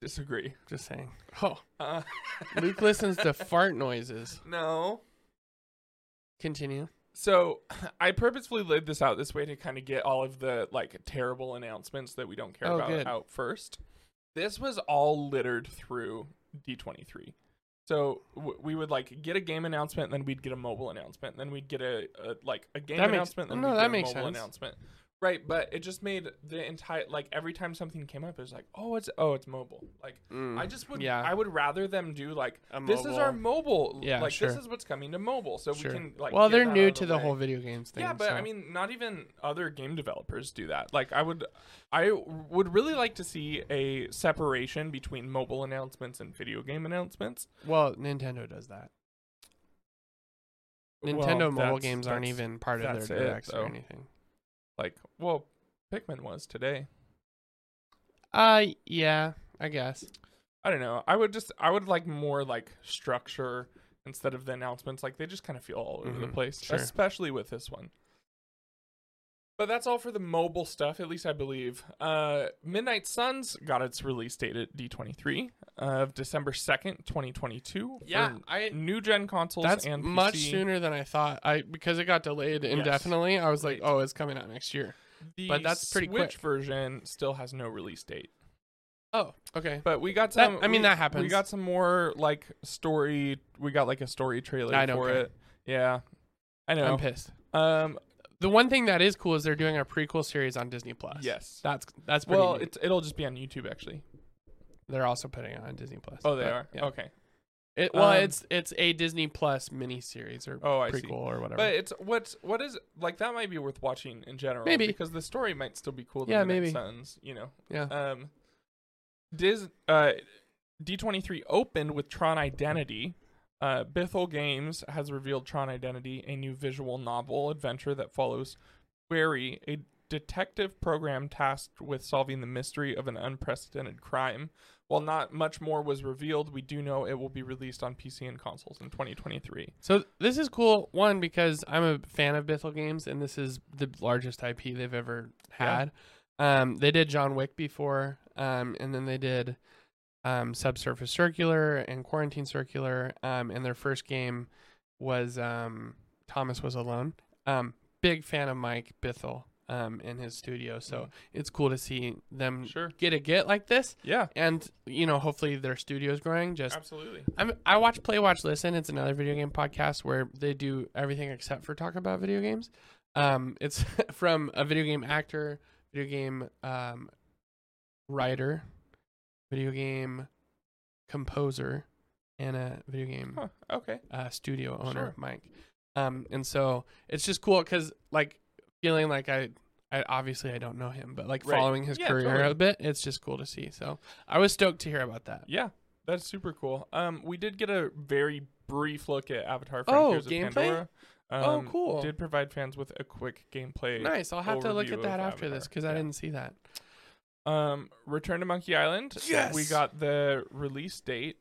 B: Disagree.
A: Just saying. Oh,
B: Uh,
A: Luke listens to fart noises.
B: No.
A: Continue.
B: So I purposefully laid this out this way to kind of get all of the like terrible announcements that we don't care
A: Oh,
B: about
A: good.
B: out first. This was all littered through D23. So w- we would like get a game announcement, then we'd get a mobile announcement, then we'd get a, a like a game
A: That makes-
B: announcement, then
A: no,
B: we'd
A: that
B: get
A: makes
B: a mobile
A: sense.
B: announcement. Right, but it just made the entire like every time something came up, it was like, oh, it's oh, it's mobile. Like I just would
A: Mm, yeah.
B: I would rather them do like
A: A
B: this is our mobile
A: Yeah,
B: like
A: sure.
B: this is what's coming to mobile, so
A: sure.
B: we can like
A: well,
B: get
A: they're
B: that
A: new
B: out of
A: to the
B: way.
A: whole video games thing.
B: Yeah, but I
A: so-
B: mean, not even other game developers do that. Like, I would, I would really like to see a separation between mobile announcements and video game announcements.
A: well, Nintendo does that.
B: Well,
A: Nintendo mobile
B: that's-
A: games aren't
B: that's-
A: even part of their
B: that's it,
A: directs
B: though.
A: or anything.
B: like, well, Pikmin was today.
A: Uh, yeah, I guess.
B: I don't know. I would just, I would like more like structure instead of the announcements. Like, they just kind of feel all over the
A: Mhm,
B: place,
A: sure.
B: especially with this one. But that's all for the mobile stuff, at least I believe. Uh, Midnight Suns got its release date at D23 of December 2nd, 2022. for
A: I.
B: New gen consoles
A: That's
B: and
A: much
B: PC.
A: sooner than I thought. I because it got delayed indefinitely. I was like,
B: Right.
A: oh, it's coming out next year.
B: The
A: but that's pretty
B: Switch
A: quick.
B: version still has no release date.
A: Oh, okay.
B: But we got
A: That-
B: some.
A: I mean,
B: we-
A: that happens.
B: We got some more like story. We got like a story trailer
A: I don't
B: for
A: care.
B: it. Yeah, I
A: I'm
B: know.
A: pissed.
B: Um,
A: The one thing that is cool is they're doing a prequel series on Disney Plus.
B: yes.
A: That's that's pretty
B: Well,
A: neat.
B: it's, it'll just be on YouTube actually.
A: they're also putting it on Disney Plus.
B: Oh, they
A: but,
B: are.
A: yeah.
B: Okay.
A: It, well,
B: Um,
A: it's it's a Disney Plus miniseries or
B: Oh, I see.
A: prequel or whatever.
B: But it's what's what is like that might be worth watching in general.
A: Maybe.
B: because the story might still be cool.
A: Yeah,
B: Yeah, maybe.
A: maybe.
B: Sons, you know.
A: Yeah.
B: Um. Diz. Uh. D twenty three opened with Tron Identity. Uh, Bithel Games has revealed Tron Identity, a new visual novel adventure that follows Query, a detective program tasked with solving the mystery of an unprecedented crime. While not much more was revealed, we do know it will be released on PC and consoles in 2023.
A: So this is cool. One because I'm a fan of Bithel games, and this is the largest IP they've ever
B: Yeah.
A: had. Um, they did John Wick before, um, and then they did um, Subsurface Circular and Quarantine Circular, um, and their first game was um, Thomas Was Alone. Um, big fan of Mike Bithel um, in his studio, so
B: Mm.
A: it's cool to see them
B: Sure.
A: get a get like this,
B: Yeah,
A: and you know, hopefully their studio's growing. Just
B: absolutely.
A: I'm, I watch Play Watch Listen. It's another video game podcast where they do everything except for talk about video games. Um, it's from a video game actor, video game um, writer, video game composer, and a video game
B: Huh, okay.
A: uh, studio owner
B: Sure.
A: Mike. Um, and so it's just cool because like feeling like I, I obviously I don't know him, but like
B: Right.
A: following his
B: Yeah,
A: career
B: totally.
A: a bit, it's just cool to see. So I was stoked to hear about that.
B: Yeah, that's super cool. Um, we did get a very brief look at Avatar Frontiers of
A: gameplay?
B: Pandora.
A: Oh,
B: Um,
A: cool.
B: Did provide fans with a quick gameplay.
A: Nice. I'll have
B: full
A: to look
B: review
A: at that
B: of
A: after this
B: Avatar.
A: because I
B: Yeah.
A: didn't see that.
B: Um, Return to Monkey Island.
A: Yes!
B: We got the release date.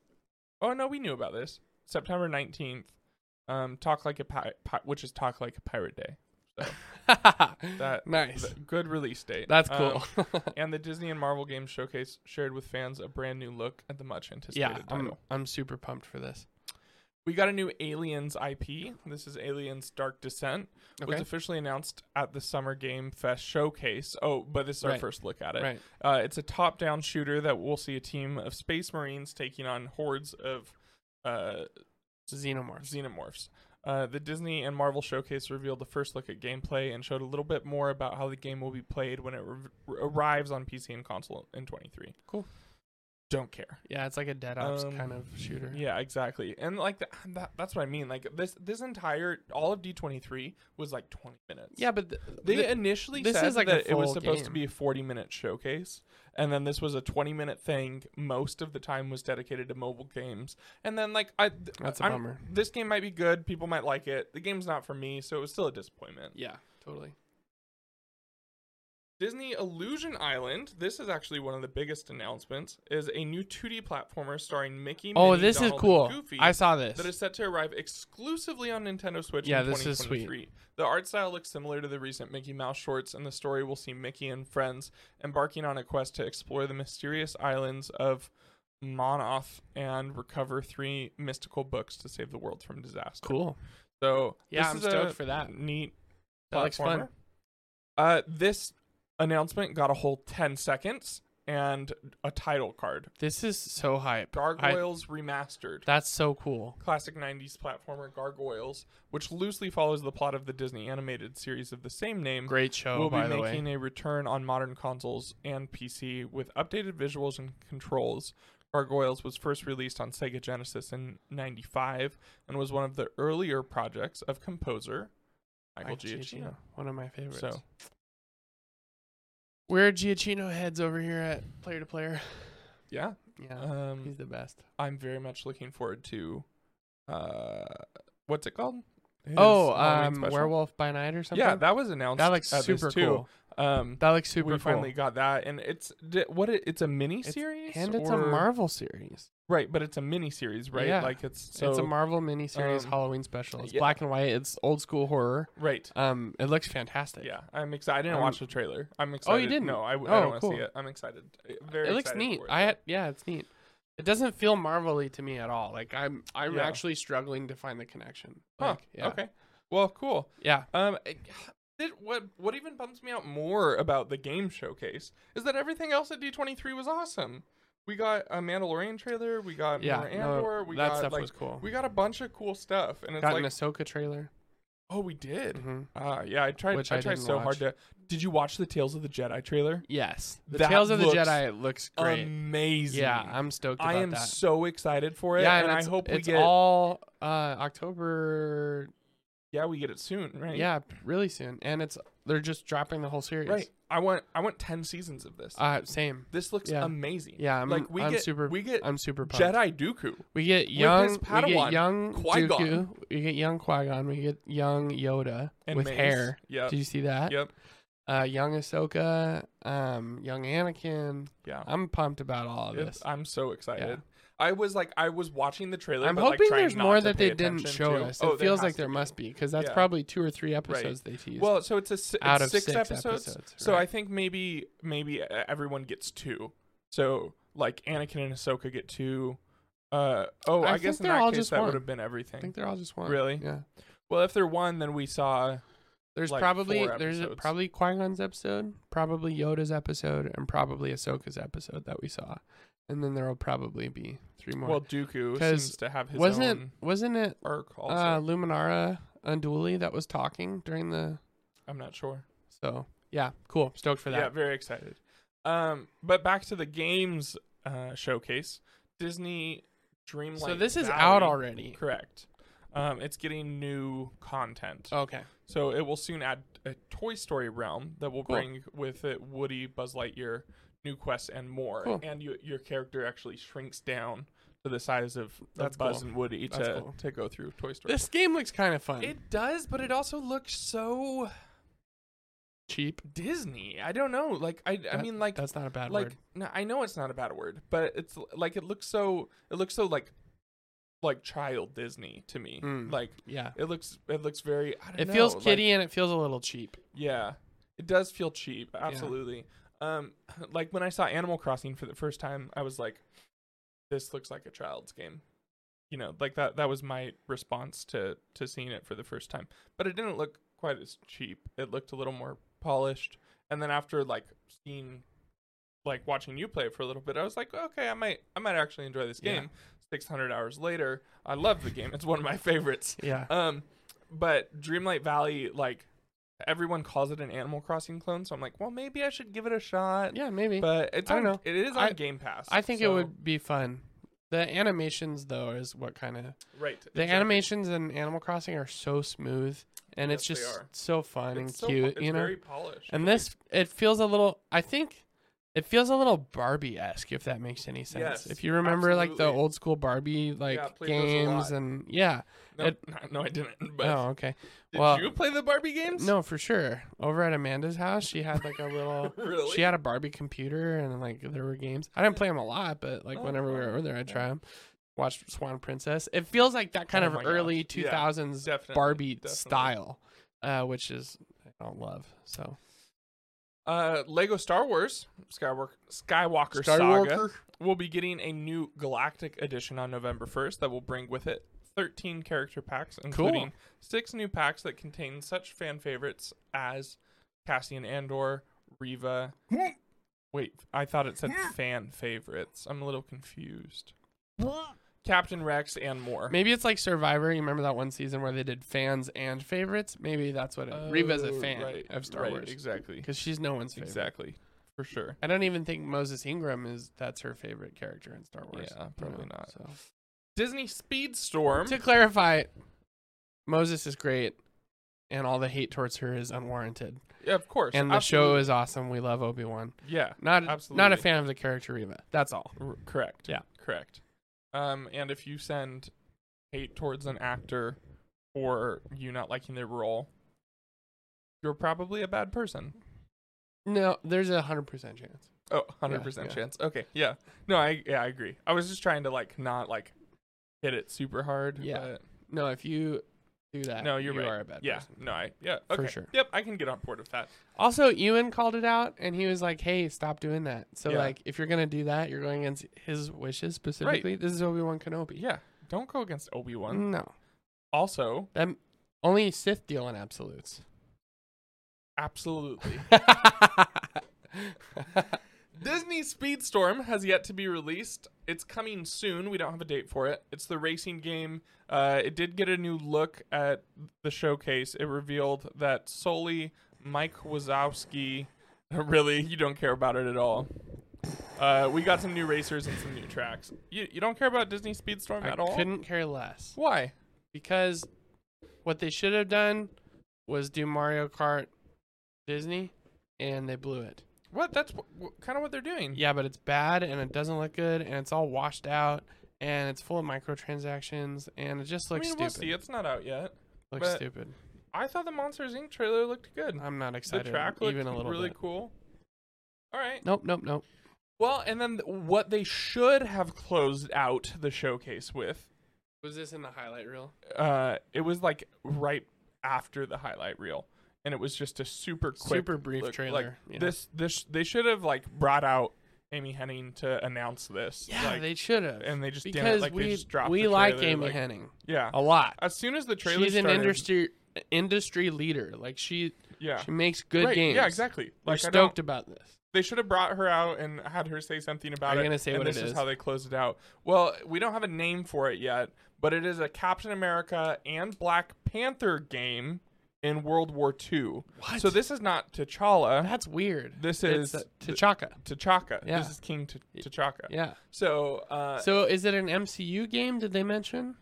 B: Oh no, we knew about this. September nineteenth. Um, talk like a pi- pi- which is talk like a pirate day. That
A: nice.
B: th- good release date.
A: That's
B: Um,
A: cool.
B: and the Disney and Marvel Games Showcase shared with fans a brand new look at the much anticipated
A: yeah,
B: title.
A: I'm I'm super pumped for this.
B: We got a new Aliens IP. This is Aliens Dark Descent. Was
A: Okay.
B: officially announced at the Summer Game Fest showcase. Oh, but this is our
A: Right.
B: first look at it.
A: Right.
B: Uh, it's a top down shooter that we'll see a team of space marines taking on hordes of uh,
A: Xenomorphs.
B: xenomorphs. Uh, the Disney and Marvel showcase revealed the first look at gameplay and showed a little bit more about how the game will be played when it rev arrives on PC and console in 23.
A: Cool.
B: Don't care.
A: Yeah, it's like a Dead Ops
B: Um,
A: kind of shooter.
B: Yeah, exactly. And like that, that that's what I mean. Like this this entire all of D23 was like 20 minutes.
A: Yeah, but th-
B: They
A: th-
B: initially
A: this
B: said
A: is like a
B: that it was
A: full
B: supposed to
A: game.
B: be a 40 minute showcase, and then this was a 20 minute thing. Most of the time was dedicated to mobile games, and then like I, th-
A: that's a
B: I'm-
A: bummer.
B: This game might be good. People might like it. The game's not for me, so it was still a disappointment.
A: Yeah, totally.
B: Disney Illusion Island. This is actually one of the biggest announcements. Is a new 2D platformer starring Mickey.
A: Oh,
B: Minnie,
A: this
B: Donald,
A: is
B: and
A: cool.
B: Goofy
A: I saw this.
B: that is set to arrive exclusively on Nintendo Switch
A: Yeah,
B: in
A: this is
B: 2023.
A: sweet.
B: The art style looks similar to the recent Mickey Mouse shorts, and the story will see Mickey and friends embarking on a quest to explore the mysterious islands of Monoth and recover three mystical books to save the world from disaster.
A: cool.
B: So
A: Yeah,
B: this
A: I'm
B: is a
A: stoked for that.
B: Neat.
A: That looks fun.
B: platformer. Uh, this announcement got a whole 10 seconds and a title card.
A: This is so hype. I-
B: Gargoyles remastered
A: that's so cool.
B: classic 90s platformer Gargoyles, which loosely follows the plot of the Disney animated series of the same name,
A: Great show,
B: will Mm-hmm. be
A: by the
B: making
A: way.
B: a return on modern consoles and PC with updated visuals and controls. Gargoyles was first released on Sega Genesis in 95 and was one of the earlier projects of composer Michael
A: Mike
B: Giacchino.
A: one of my favorites.
B: So,
A: we're Giacchino heads over here at Player to Player.
B: yeah,
A: Yeah,
B: um,
A: he's the best.
B: I'm very much looking forward to uh, what's it called? His
A: Oh,
B: Halloween
A: um,
B: special?
A: Werewolf by Night or something.
B: Yeah, that was announced.
A: that looks
B: at this
A: super
B: too.
A: cool.
B: Um,
A: That looks super
B: we
A: cool.
B: finally got that, and it's di- what it, it's a mini series,
A: and it's a
B: or-
A: Marvel series.
B: right? But it's a mini series, right?
A: Yeah.
B: Like it's
A: So
B: so
A: it's a Marvel miniseries
B: um,
A: Halloween special. It's
B: yeah.
A: black and white. It's old school horror.
B: right.
A: Um, it looks fantastic.
B: Yeah, I'm excited. I didn't
A: Um,
B: watch the trailer. I'm excited.
A: didn't?
B: No, I, I don't
A: Oh,
B: want to see
A: cool.
B: it. I'm excited. Uh, Very.
A: it looks
B: excited
A: neat.
B: for it,
A: I
B: though.
A: had, yeah, it's neat. It doesn't feel Marvelly to me at all. Like I'm, I'm
B: Yeah.
A: actually struggling to find the connection.
B: Huh,
A: Like, yeah.
B: Okay. Well, cool.
A: Yeah.
B: Um, it- it, what what even bumps me out more about the game showcase is that everything else at D23 was awesome. We got a Mandalorian trailer. We got
A: Yeah.
B: more
A: no,
B: Andor. we
A: that
B: got
A: stuff
B: like
A: was cool.
B: we got a bunch of cool stuff, and it's
A: got
B: like
A: an Ahsoka trailer.
B: oh, we did.
A: hmm
B: Uh, yeah, I tried.
A: Which
B: I
A: I
B: tried
A: didn't
B: so
A: watch.
B: hard to. Did you watch the Tales of the Jedi trailer?
A: Yes. The
B: That
A: Tales of the
B: looks
A: Jedi looks great.
B: Amazing.
A: yeah, I'm stoked about
B: I am
A: that.
B: so excited for it.
A: yeah,
B: and, I
A: it's-
B: hope we
A: it's
B: get.
A: all uh, October.
B: yeah, we get it soon, right?
A: Yeah, really soon, and it's they're just dropping the whole series.
B: right. I want. I want ten seasons of this.
A: Uh, same.
B: this looks
A: yeah.
B: amazing.
A: Yeah, I'm,
B: like we
A: I'm
B: get.
A: super.
B: we get
A: I'm super pumped.
B: Jedi Dooku.
A: We get
B: his
A: young. we
B: Padawan,
A: get young
B: Qui-Gon.
A: Dooku. We get young Qui Gon. We get young Yoda
B: And
A: with
B: Mace.
A: hair.
B: Yep.
A: Did you see that?
B: Yep.
A: uh, young Ahsoka, um, young Anakin.
B: Yeah.
A: I'm pumped about all of
B: It's-
A: this.
B: I'm so excited. I was like, I was watching the trailer.
A: I'm
B: but, like,
A: hoping
B: trying
A: there's
B: not
A: more
B: to
A: that
B: pay
A: they didn't
B: attention
A: show
B: to-
A: us.
B: Oh,
A: it feels
B: has
A: like
B: to
A: there
B: be.
A: must be because that's
B: Yeah.
A: probably two or three episodes they teased.
B: Well, so it's a s- it's
A: out of
B: six,
A: six
B: episodes.
A: episodes,
B: So
A: right.
B: I think maybe maybe uh, everyone gets two. So like Anakin and Ahsoka get two. Uh oh,
A: I
B: I,
A: think
B: guess in
A: they're
B: that
A: all
B: case
A: just
B: that
A: one.
B: would have been
A: I
B: everything.
A: think they're all just one.
B: Really?
A: Yeah.
B: well, if they're one, then we saw
A: There's
B: Like
A: probably
B: four
A: there's a,
B: episodes.
A: probably Qui Gon's episode, probably Yoda's episode, and probably Ahsoka's episode that we saw, and then there will probably be three more.
B: well Dooku
A: 'Cause
B: seems to have his
A: wasn't it
B: own
A: wasn't it
B: arc. Also,
A: uh, Luminara Unduly that was talking during the
B: I'm not sure.
A: so yeah cool stoked for that.
B: Yeah, very excited. Um, but back to the games uh, showcase, Disney Dreamlight.
A: so this is
B: Valley-
A: out already.
B: Correct. Um, it's getting new content.
A: Okay.
B: So it will soon add a Toy Story realm that will
A: Cool.
B: bring with it Woody, Buzz Lightyear, new quests, and more.
A: Cool.
B: And you, your character actually shrinks down to the size of, of
A: That's
B: Buzz
A: cool.
B: and Woody
A: That's
B: to,
A: cool.
B: to go through Toy Story.
A: This game looks kind of fun.
B: it does, but it also looks so
A: cheap.
B: Disney. I don't know. Like I, I
A: That-
B: mean, like
A: That's not a bad
B: like
A: word.
B: no, I know it's not a bad word, but it's l- like it looks so it looks so like like child Disney to me.
A: Mm.
B: Like
A: Yeah.
B: it looks it looks very I don't
A: It
B: know,
A: feels
B: like-
A: kiddie and it feels a little cheap.
B: yeah. It does feel cheap, absolutely. Um like when I saw Animal Crossing for the first time, I was like this looks like a child's game. You know, like that that was my response to to seeing it for the first time. But it didn't look quite as cheap. It looked a little more polished. And then after like seeing like watching you play it for a little bit, I was like, okay, I might I might actually enjoy this
A: Yeah.
B: game. 600 hours later, I love the game. It's one of my favorites.
A: Yeah.
B: Um, but Dreamlight Valley, like everyone calls it an Animal Crossing clone, so I'm like, well, maybe I should give it a shot.
A: Yeah, maybe.
B: But it's
A: I don't
B: on,
A: know.
B: it is on
A: I-
B: Game Pass.
A: I think it
B: so-
A: would be fun. The animations though is what kind of
B: right.
A: the
B: exactly.
A: animations in Animal Crossing are so smooth and it's
B: Yes, they
A: just
B: are.
A: so fun and
B: It's so-
A: cute,
B: it's
A: you know.
B: very polished.
A: and this it feels a little I think it feels a little Barbie-esque if that makes any sense.
B: Yes,
A: if you remember like the
B: absolutely.
A: old school Barbie like
B: I played those a
A: games
B: lot.
A: and yeah.
B: no,
A: it-
B: no, no, I didn't. But
A: oh, okay.
B: did
A: well-
B: you play the Barbie games?
A: No, for sure. Over at Amanda's house, she had like a little
B: really.
A: She had a Barbie computer and like there were games. I didn't play them a lot, but like
B: Oh,
A: whenever we
B: wow.
A: were over there, I'd
B: Yeah.
A: try them. Watch Swan Princess. It feels like that kind
B: Oh
A: of
B: my
A: early
B: gosh. Yeah,
A: 2000s
B: definitely,
A: Barbie
B: definitely.
A: style, uh, which is I don't love. So
B: uh, Lego Star Wars Skywalker Skywalker Saga
A: Skywalker?
B: will be getting a new Galactic Edition on November 1st that will bring with it 13 character packs, including six new packs that contain such fan favorites as Cassian Andor, Riva. Wait, I thought it said fan favorites. I'm a little confused. Captain Rex and more.
A: maybe it's like Survivor. You remember that one season where they did fans and favorites? Maybe that's what it. Reva's a
B: Oh,
A: fan
B: right,
A: of Star
B: right,
A: Wars
B: Exactly.
A: because she's no one's favorite.
B: Exactly. For sure.
A: I don't even think Moses Ingram is that's her favorite character in Star Wars.
B: Yeah,
A: you
B: probably
A: know,
B: not.
A: So.
B: Disney Speedstorm.
A: to clarify, Moses is great, and all the hate towards her is unwarranted.
B: Yeah, of course.
A: And the show
B: Absolutely.
A: is awesome. We love Obi Wan.
B: yeah.
A: Not not
B: Absolutely.
A: a fan of the character Reva. That's all.
B: R- correct.
A: Yeah.
B: Correct. Um, and if you send hate towards an actor or you not liking their role, you're probably a bad person.
A: No, there's a hundred percent chance.
B: Oh, 100%
A: yeah.
B: chance. Okay. Yeah. No, I yeah, I agree. I was just trying to like not like hit it super hard.
A: Yeah.
B: but
A: No, if you do that,
B: no, you're
A: you
B: right.
A: are a bad
B: yeah.
A: person.
B: No, I yeah.
A: For
B: Okay.
A: sure.
B: Yep, I can get on board with that.
A: Also, Ewan called it out, and he was like, "Hey, stop doing that." So,
B: Yeah.
A: like, if you're gonna do that, you're going against his wishes specifically. This is Obi Wan Kenobi.
B: Yeah. Don't go against Obi-Wan.
A: No,
B: Also,
A: that only Sith deal in absolutes.
B: absolutely. Disney Speedstorm has yet to be released. It's coming soon. We don't have a date for it. It's the racing game. Uh, it did get a new look at the showcase. It revealed that solely Mike Wazowski. Really, you don't care about it at all. Uh, we got some new racers and some new tracks. You, you don't care about Disney Speedstorm
A: I
B: at all?
A: couldn't care less.
B: Why?
A: because what they should have done was do Mario Kart Disney and they blew it.
B: What? That's kind of what they're doing.
A: Yeah, but it's bad and it doesn't look good and it's all washed out and it's full of microtransactions and it just
B: I
A: looks
B: mean, we'll
A: stupid.
B: see. It's not out yet.
A: looks
B: but-
A: stupid.
B: I thought the Monsters Inc. trailer looked good.
A: I'm not
B: The
A: excited
B: track looked
A: even a little
B: really
A: bit.
B: cool. All right.
A: Nope, nope, nope.
B: Well, and then th- what they should have closed out the showcase with,
A: Was this in the highlight reel?
B: uh, it was like right after the highlight reel, and it was just a super quick,
A: Super brief
B: look,
A: trailer.
B: Like
A: yeah.
B: this, this they should have like brought out Amy Henning to announce this.
A: Yeah,
B: like,
A: they should have.
B: and they just didn't,
A: because
B: like, they
A: we
B: just dropped
A: we
B: the
A: like
B: trailer,
A: Amy
B: like-
A: Henning
B: yeah.
A: a lot.
B: As soon as the trailer
A: She's an
B: started,
A: industry industry leader. Like she
B: yeah,
A: she makes good
B: right,
A: games.
B: yeah, exactly.
A: We're
B: Like I don't,
A: stoked about this.
B: they should have brought her out and had her say something about
A: Are
B: it.
A: you gonna say
B: and
A: what it
B: this is
A: is?
B: how they closed it out. Well, we don't have a name for it yet, but it is a Captain America and Black Panther game in World War II.
A: What?
B: So this is not T'Challa.
A: That's weird.
B: This
A: It's,
B: is
A: uh, T'Chaka.
B: T'Chaka.
A: Yeah.
B: This is King T- T'Chaka.
A: Yeah.
B: So, uh,
A: So is it an MCU game? Did they mention?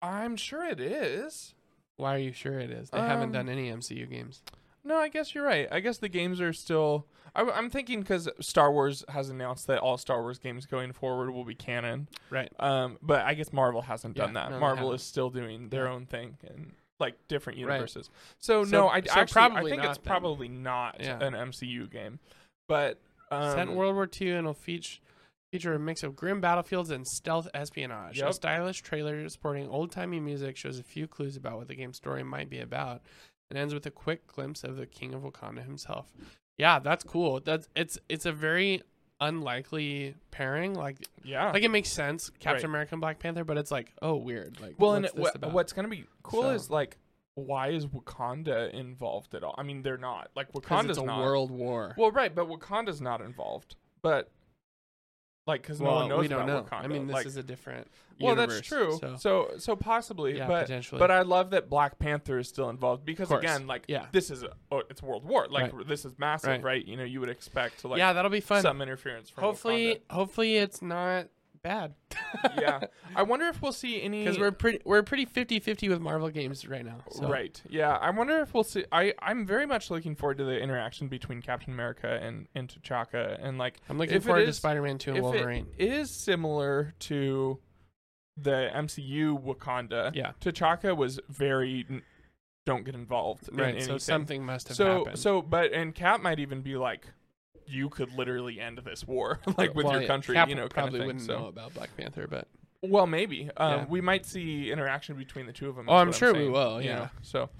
B: I'm sure it is.
A: Why are you sure it is? They haven't
B: Um,
A: done any MCU games.
B: No, I guess you're right. I guess the games are still. I, am thinking because Star Wars has announced that all Star Wars games going forward will be canon.
A: Right.
B: Um, but I guess Marvel hasn't
A: Yeah,
B: done that.
A: no, they
B: Marvel
A: haven't.
B: is still doing their own thing and like different
A: Right.
B: universes. So,
A: So-
B: no, I
A: so
B: actually I
A: probably
B: think it's
A: not then.
B: probably not
A: Yeah.
B: an MCU game, but um,
A: Set in World War II and will feature feature a mix of grim battlefields and stealth espionage. A
B: Yep.
A: stylish trailer sporting old timey music shows a few clues about what the game's story might be about, and ends with a quick glimpse of the King of Wakanda himself. Yeah, that's cool. That's it's it's a very unlikely pairing. Like
B: yeah.
A: like it makes sense, Captain
B: Right.
A: America and Black Panther, but it's like oh weird. Like
B: well, and
A: what's
B: it-
A: this
B: what,
A: about?
B: what's gonna be cool
A: So-
B: is like why is Wakanda involved at all? I mean, they're not like
A: 'Cause
B: Wakanda's
A: it's a
B: not.
A: world war.
B: Well, right, but Wakanda's not involved. But like, because no one knows
A: we don't know.
B: about Wakanda.
A: I mean, this
B: like,
A: is a different.
B: well, that's
A: universe,
B: true. So,
A: So,
B: so, possibly,
A: yeah,
B: but
A: potentially.
B: but I love that Black Panther is still involved because
A: Course.
B: again, like,
A: Yeah.
B: this is a, oh, it's World War. Like, this is massive, right.
A: Right.
B: You know, you would expect to like
A: yeah, that'll be fun.
B: some interference from
A: hopefully, hopefully it's not bad.
B: Wakanda. yeah, I wonder if we'll see any
A: because we're pretty we're pretty 50-50 with Marvel games right now. So.
B: Right. Yeah. I wonder if we'll see. I I'm very much looking forward to the interaction between Captain America and and T'Chaka and like
A: I'm looking
B: If it
A: forward to
B: is-
A: Spider-Man 2 and
B: if
A: Wolverine.
B: it is similar to the MCU Wakanda.
A: Yeah.
B: T'Chaka was very n- don't get involved. in
A: right. So
B: anything.
A: something must have
B: so
A: happened.
B: so but and Cap might even be like, you could literally end this war like with
A: Well,
B: your
A: yeah,
B: country.
A: Cap
B: you know,
A: probably
B: kind of
A: wouldn't
B: thing. So
A: know about Black Panther, but
B: well, maybe um,
A: Yeah.
B: we might see interaction between the two of them.
A: Oh,
B: is
A: I'm
B: what
A: sure we
B: saying,
A: will,
B: you
A: yeah.
B: know? So.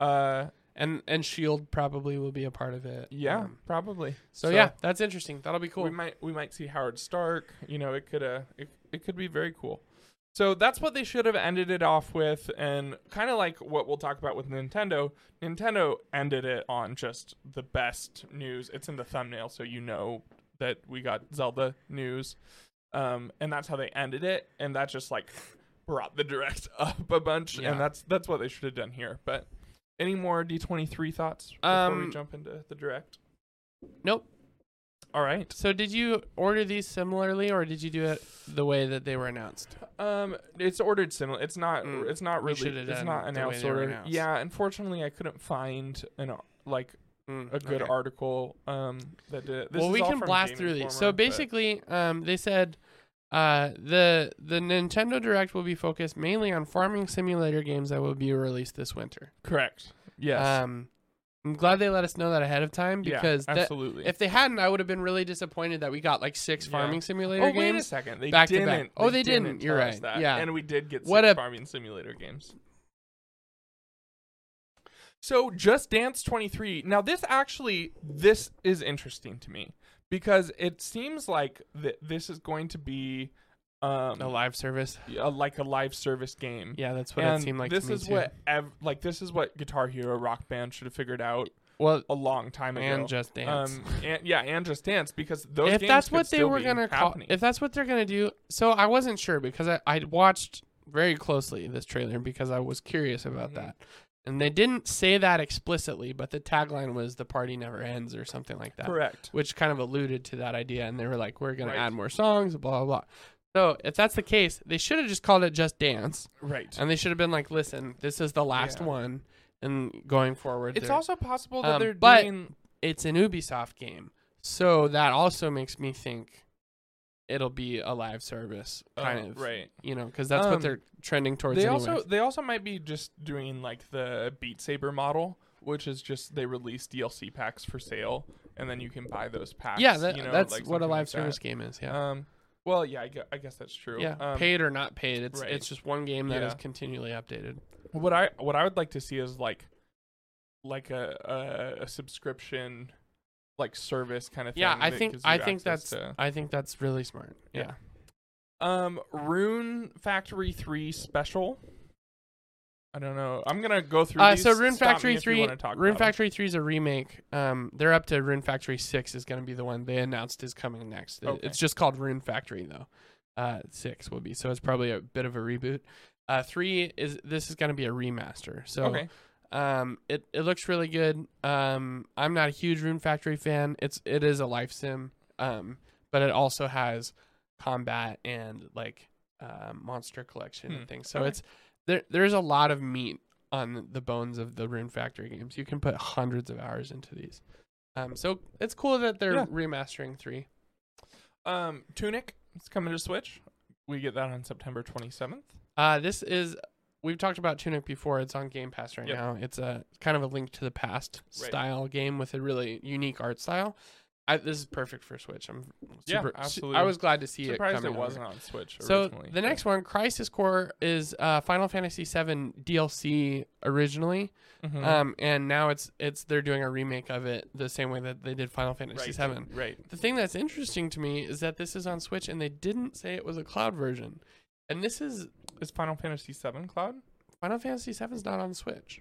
B: Uh
A: and and Shield E probably will be a part of it.
B: yeah,
A: Um,
B: probably.
A: so, yeah, that's interesting. That'll be cool.
B: We might we might see Howard Stark. You know, it could uh it, it could be very cool. So that's what they should have ended it off with, and kind of like what we'll talk about with Nintendo. Nintendo ended it on just the best news. It's in the thumbnail, so you know that we got Zelda news, um, and that's how they ended it, and that just like brought the direct up a bunch,
A: Yeah.
B: and that's that's what they should have done here. But any more D twenty three thoughts before we
A: Um,
B: jump into the direct?
A: nope.
B: All right.
A: So did you order these similarly, or did you do it the way that they were announced?
B: Um, it's ordered similar. It's not.
A: Mm.
B: It's not
A: We
B: really.
A: should've
B: It's
A: done
B: not
A: the way
B: announced
A: they were
B: order.
A: announced.
B: Yeah, unfortunately, I couldn't find an ar- like
A: Mm,
B: a good
A: okay.
B: article. Um, that did. it. This
A: well,
B: is
A: we
B: all
A: can
B: from
A: blast
B: Game
A: through these.
B: Informer,
A: So
B: but-
A: basically, um, they said uh, the the Nintendo Direct will be focused mainly on farming simulator games that will be released this winter.
B: correct. Yes.
A: Um, I'm glad they let us know that ahead of time
B: Yeah,
A: because that-
B: absolutely.
A: if they hadn't, I would have been really disappointed that we got like six
B: Yeah.
A: farming simulator
B: oh wait a
A: games.
B: second, they
A: back to back.
B: didn't.
A: Oh, they didn't. You're
B: tell us
A: right.
B: That.
A: Yeah.
B: and we did get
A: What
B: six
A: a-
B: farming simulator games. So just dance 23. Now this actually this is interesting to me because it seems like th- this is going to be um
A: A live service.
B: a, like a live service game.
A: Yeah, that's what
B: and
A: it seemed like
B: this
A: to me
B: is
A: too.
B: what ev- like this is what Guitar Hero Rock Band should have figured out
A: well,
B: a long time ago.
A: and just dance.
B: Um, and, yeah, and just dance because those
A: if
B: games
A: that's
B: could
A: what they
B: still
A: were
B: be
A: gonna call,
B: happening.
A: if that's what they're gonna do, so I wasn't sure because I I watched very closely this trailer because I was curious about
B: Mhm.
A: that, and they didn't say that explicitly, but the tagline was "the party never ends" or something like that,
B: correct.
A: which kind of alluded to that idea, and they were like, "We're gonna
B: Right.
A: add more songs," blah blah blah. So if that's the case, they should have just called it "Just Dance,"
B: Right.
A: and they should have been like, "Listen, this is the last
B: Yeah.
A: one." And going forward,
B: It's
A: they're-
B: also possible that
A: Um,
B: they're
A: but-
B: doing
A: it's an Ubisoft game. So that also makes me think it'll be a live service kind
B: Oh,
A: of
B: right.
A: you know because that's what
B: Um,
A: they're trending towards
B: They
A: anyway.
B: also they also might be just doing like the Beat Saber model, which is just they release DLC packs for sale, and then you can buy those packs.
A: yeah that,
B: you know,
A: that's
B: like
A: what a
B: something
A: live
B: like that.
A: service game is yeah
B: Um, well, yeah, I gue- I guess, that's true.
A: yeah
B: Um,
A: paid or not paid it's
B: right.
A: it's just one game that is
B: Yeah.
A: continually updated
B: what I what I would like to see is like like a a, a subscription like service kind of thing.
A: yeah i
B: that
A: think
B: gives you
A: i think that's
B: access to-
A: i think that's really smart yeah,
B: Yeah. Um, Rune Factory Three Special. I don't know. I'm gonna go through.
A: Uh,
B: these.
A: so Rune
B: Stop me
A: Factory
B: if you
A: three,
B: wanna talk
A: Rune
B: about 'em.
A: Factory three is a remake. Um, they're up to Rune Factory six is going to be the one they announced is coming next. It-
B: Okay.
A: It's just called Rune Factory though. Uh, six will be so it's probably a bit of a reboot. Uh, three is this is going to be a remaster. So
B: Okay.
A: um, it it looks really good. Um, I'm not a huge Rune Factory fan. It's it is a life sim. Um, but it also has combat and like um, monster collection
B: Hmm,
A: and things. So
B: okay.
A: it's there. There's a lot of meat on the bones of the Rune Factory games. You can put hundreds of hours into these. Um, so it's cool that they're
B: Yeah.
A: remastering three.
B: Um, Tunic. It's coming to Switch. We get that on September 27th.
A: Uh, this is we've talked about Tunic before. It's on Game Pass right
B: Yep.
A: now. It's a kind of a link to the past
B: Right.
A: style game with a really unique art style. I, this is perfect for Switch. I'm
B: Yeah,
A: super. su-
B: absolutely.
A: I was glad to see it.
B: Surprised
A: coming
B: it
A: over.
B: wasn't on Switch
A: So
B: originally.
A: the next one, Crisis Core, is uh, Final Fantasy VII DLC originally,
B: Mhm.
A: um, and now it's it's they're doing a remake of it the same way that they did Final Fantasy
B: right.
A: VII.
B: Right.
A: The thing that's interesting to me is that this is on Switch and they didn't say it was a cloud version, and this is
B: Is Final Fantasy VII Cloud?
A: Final Fantasy VII's not on Switch.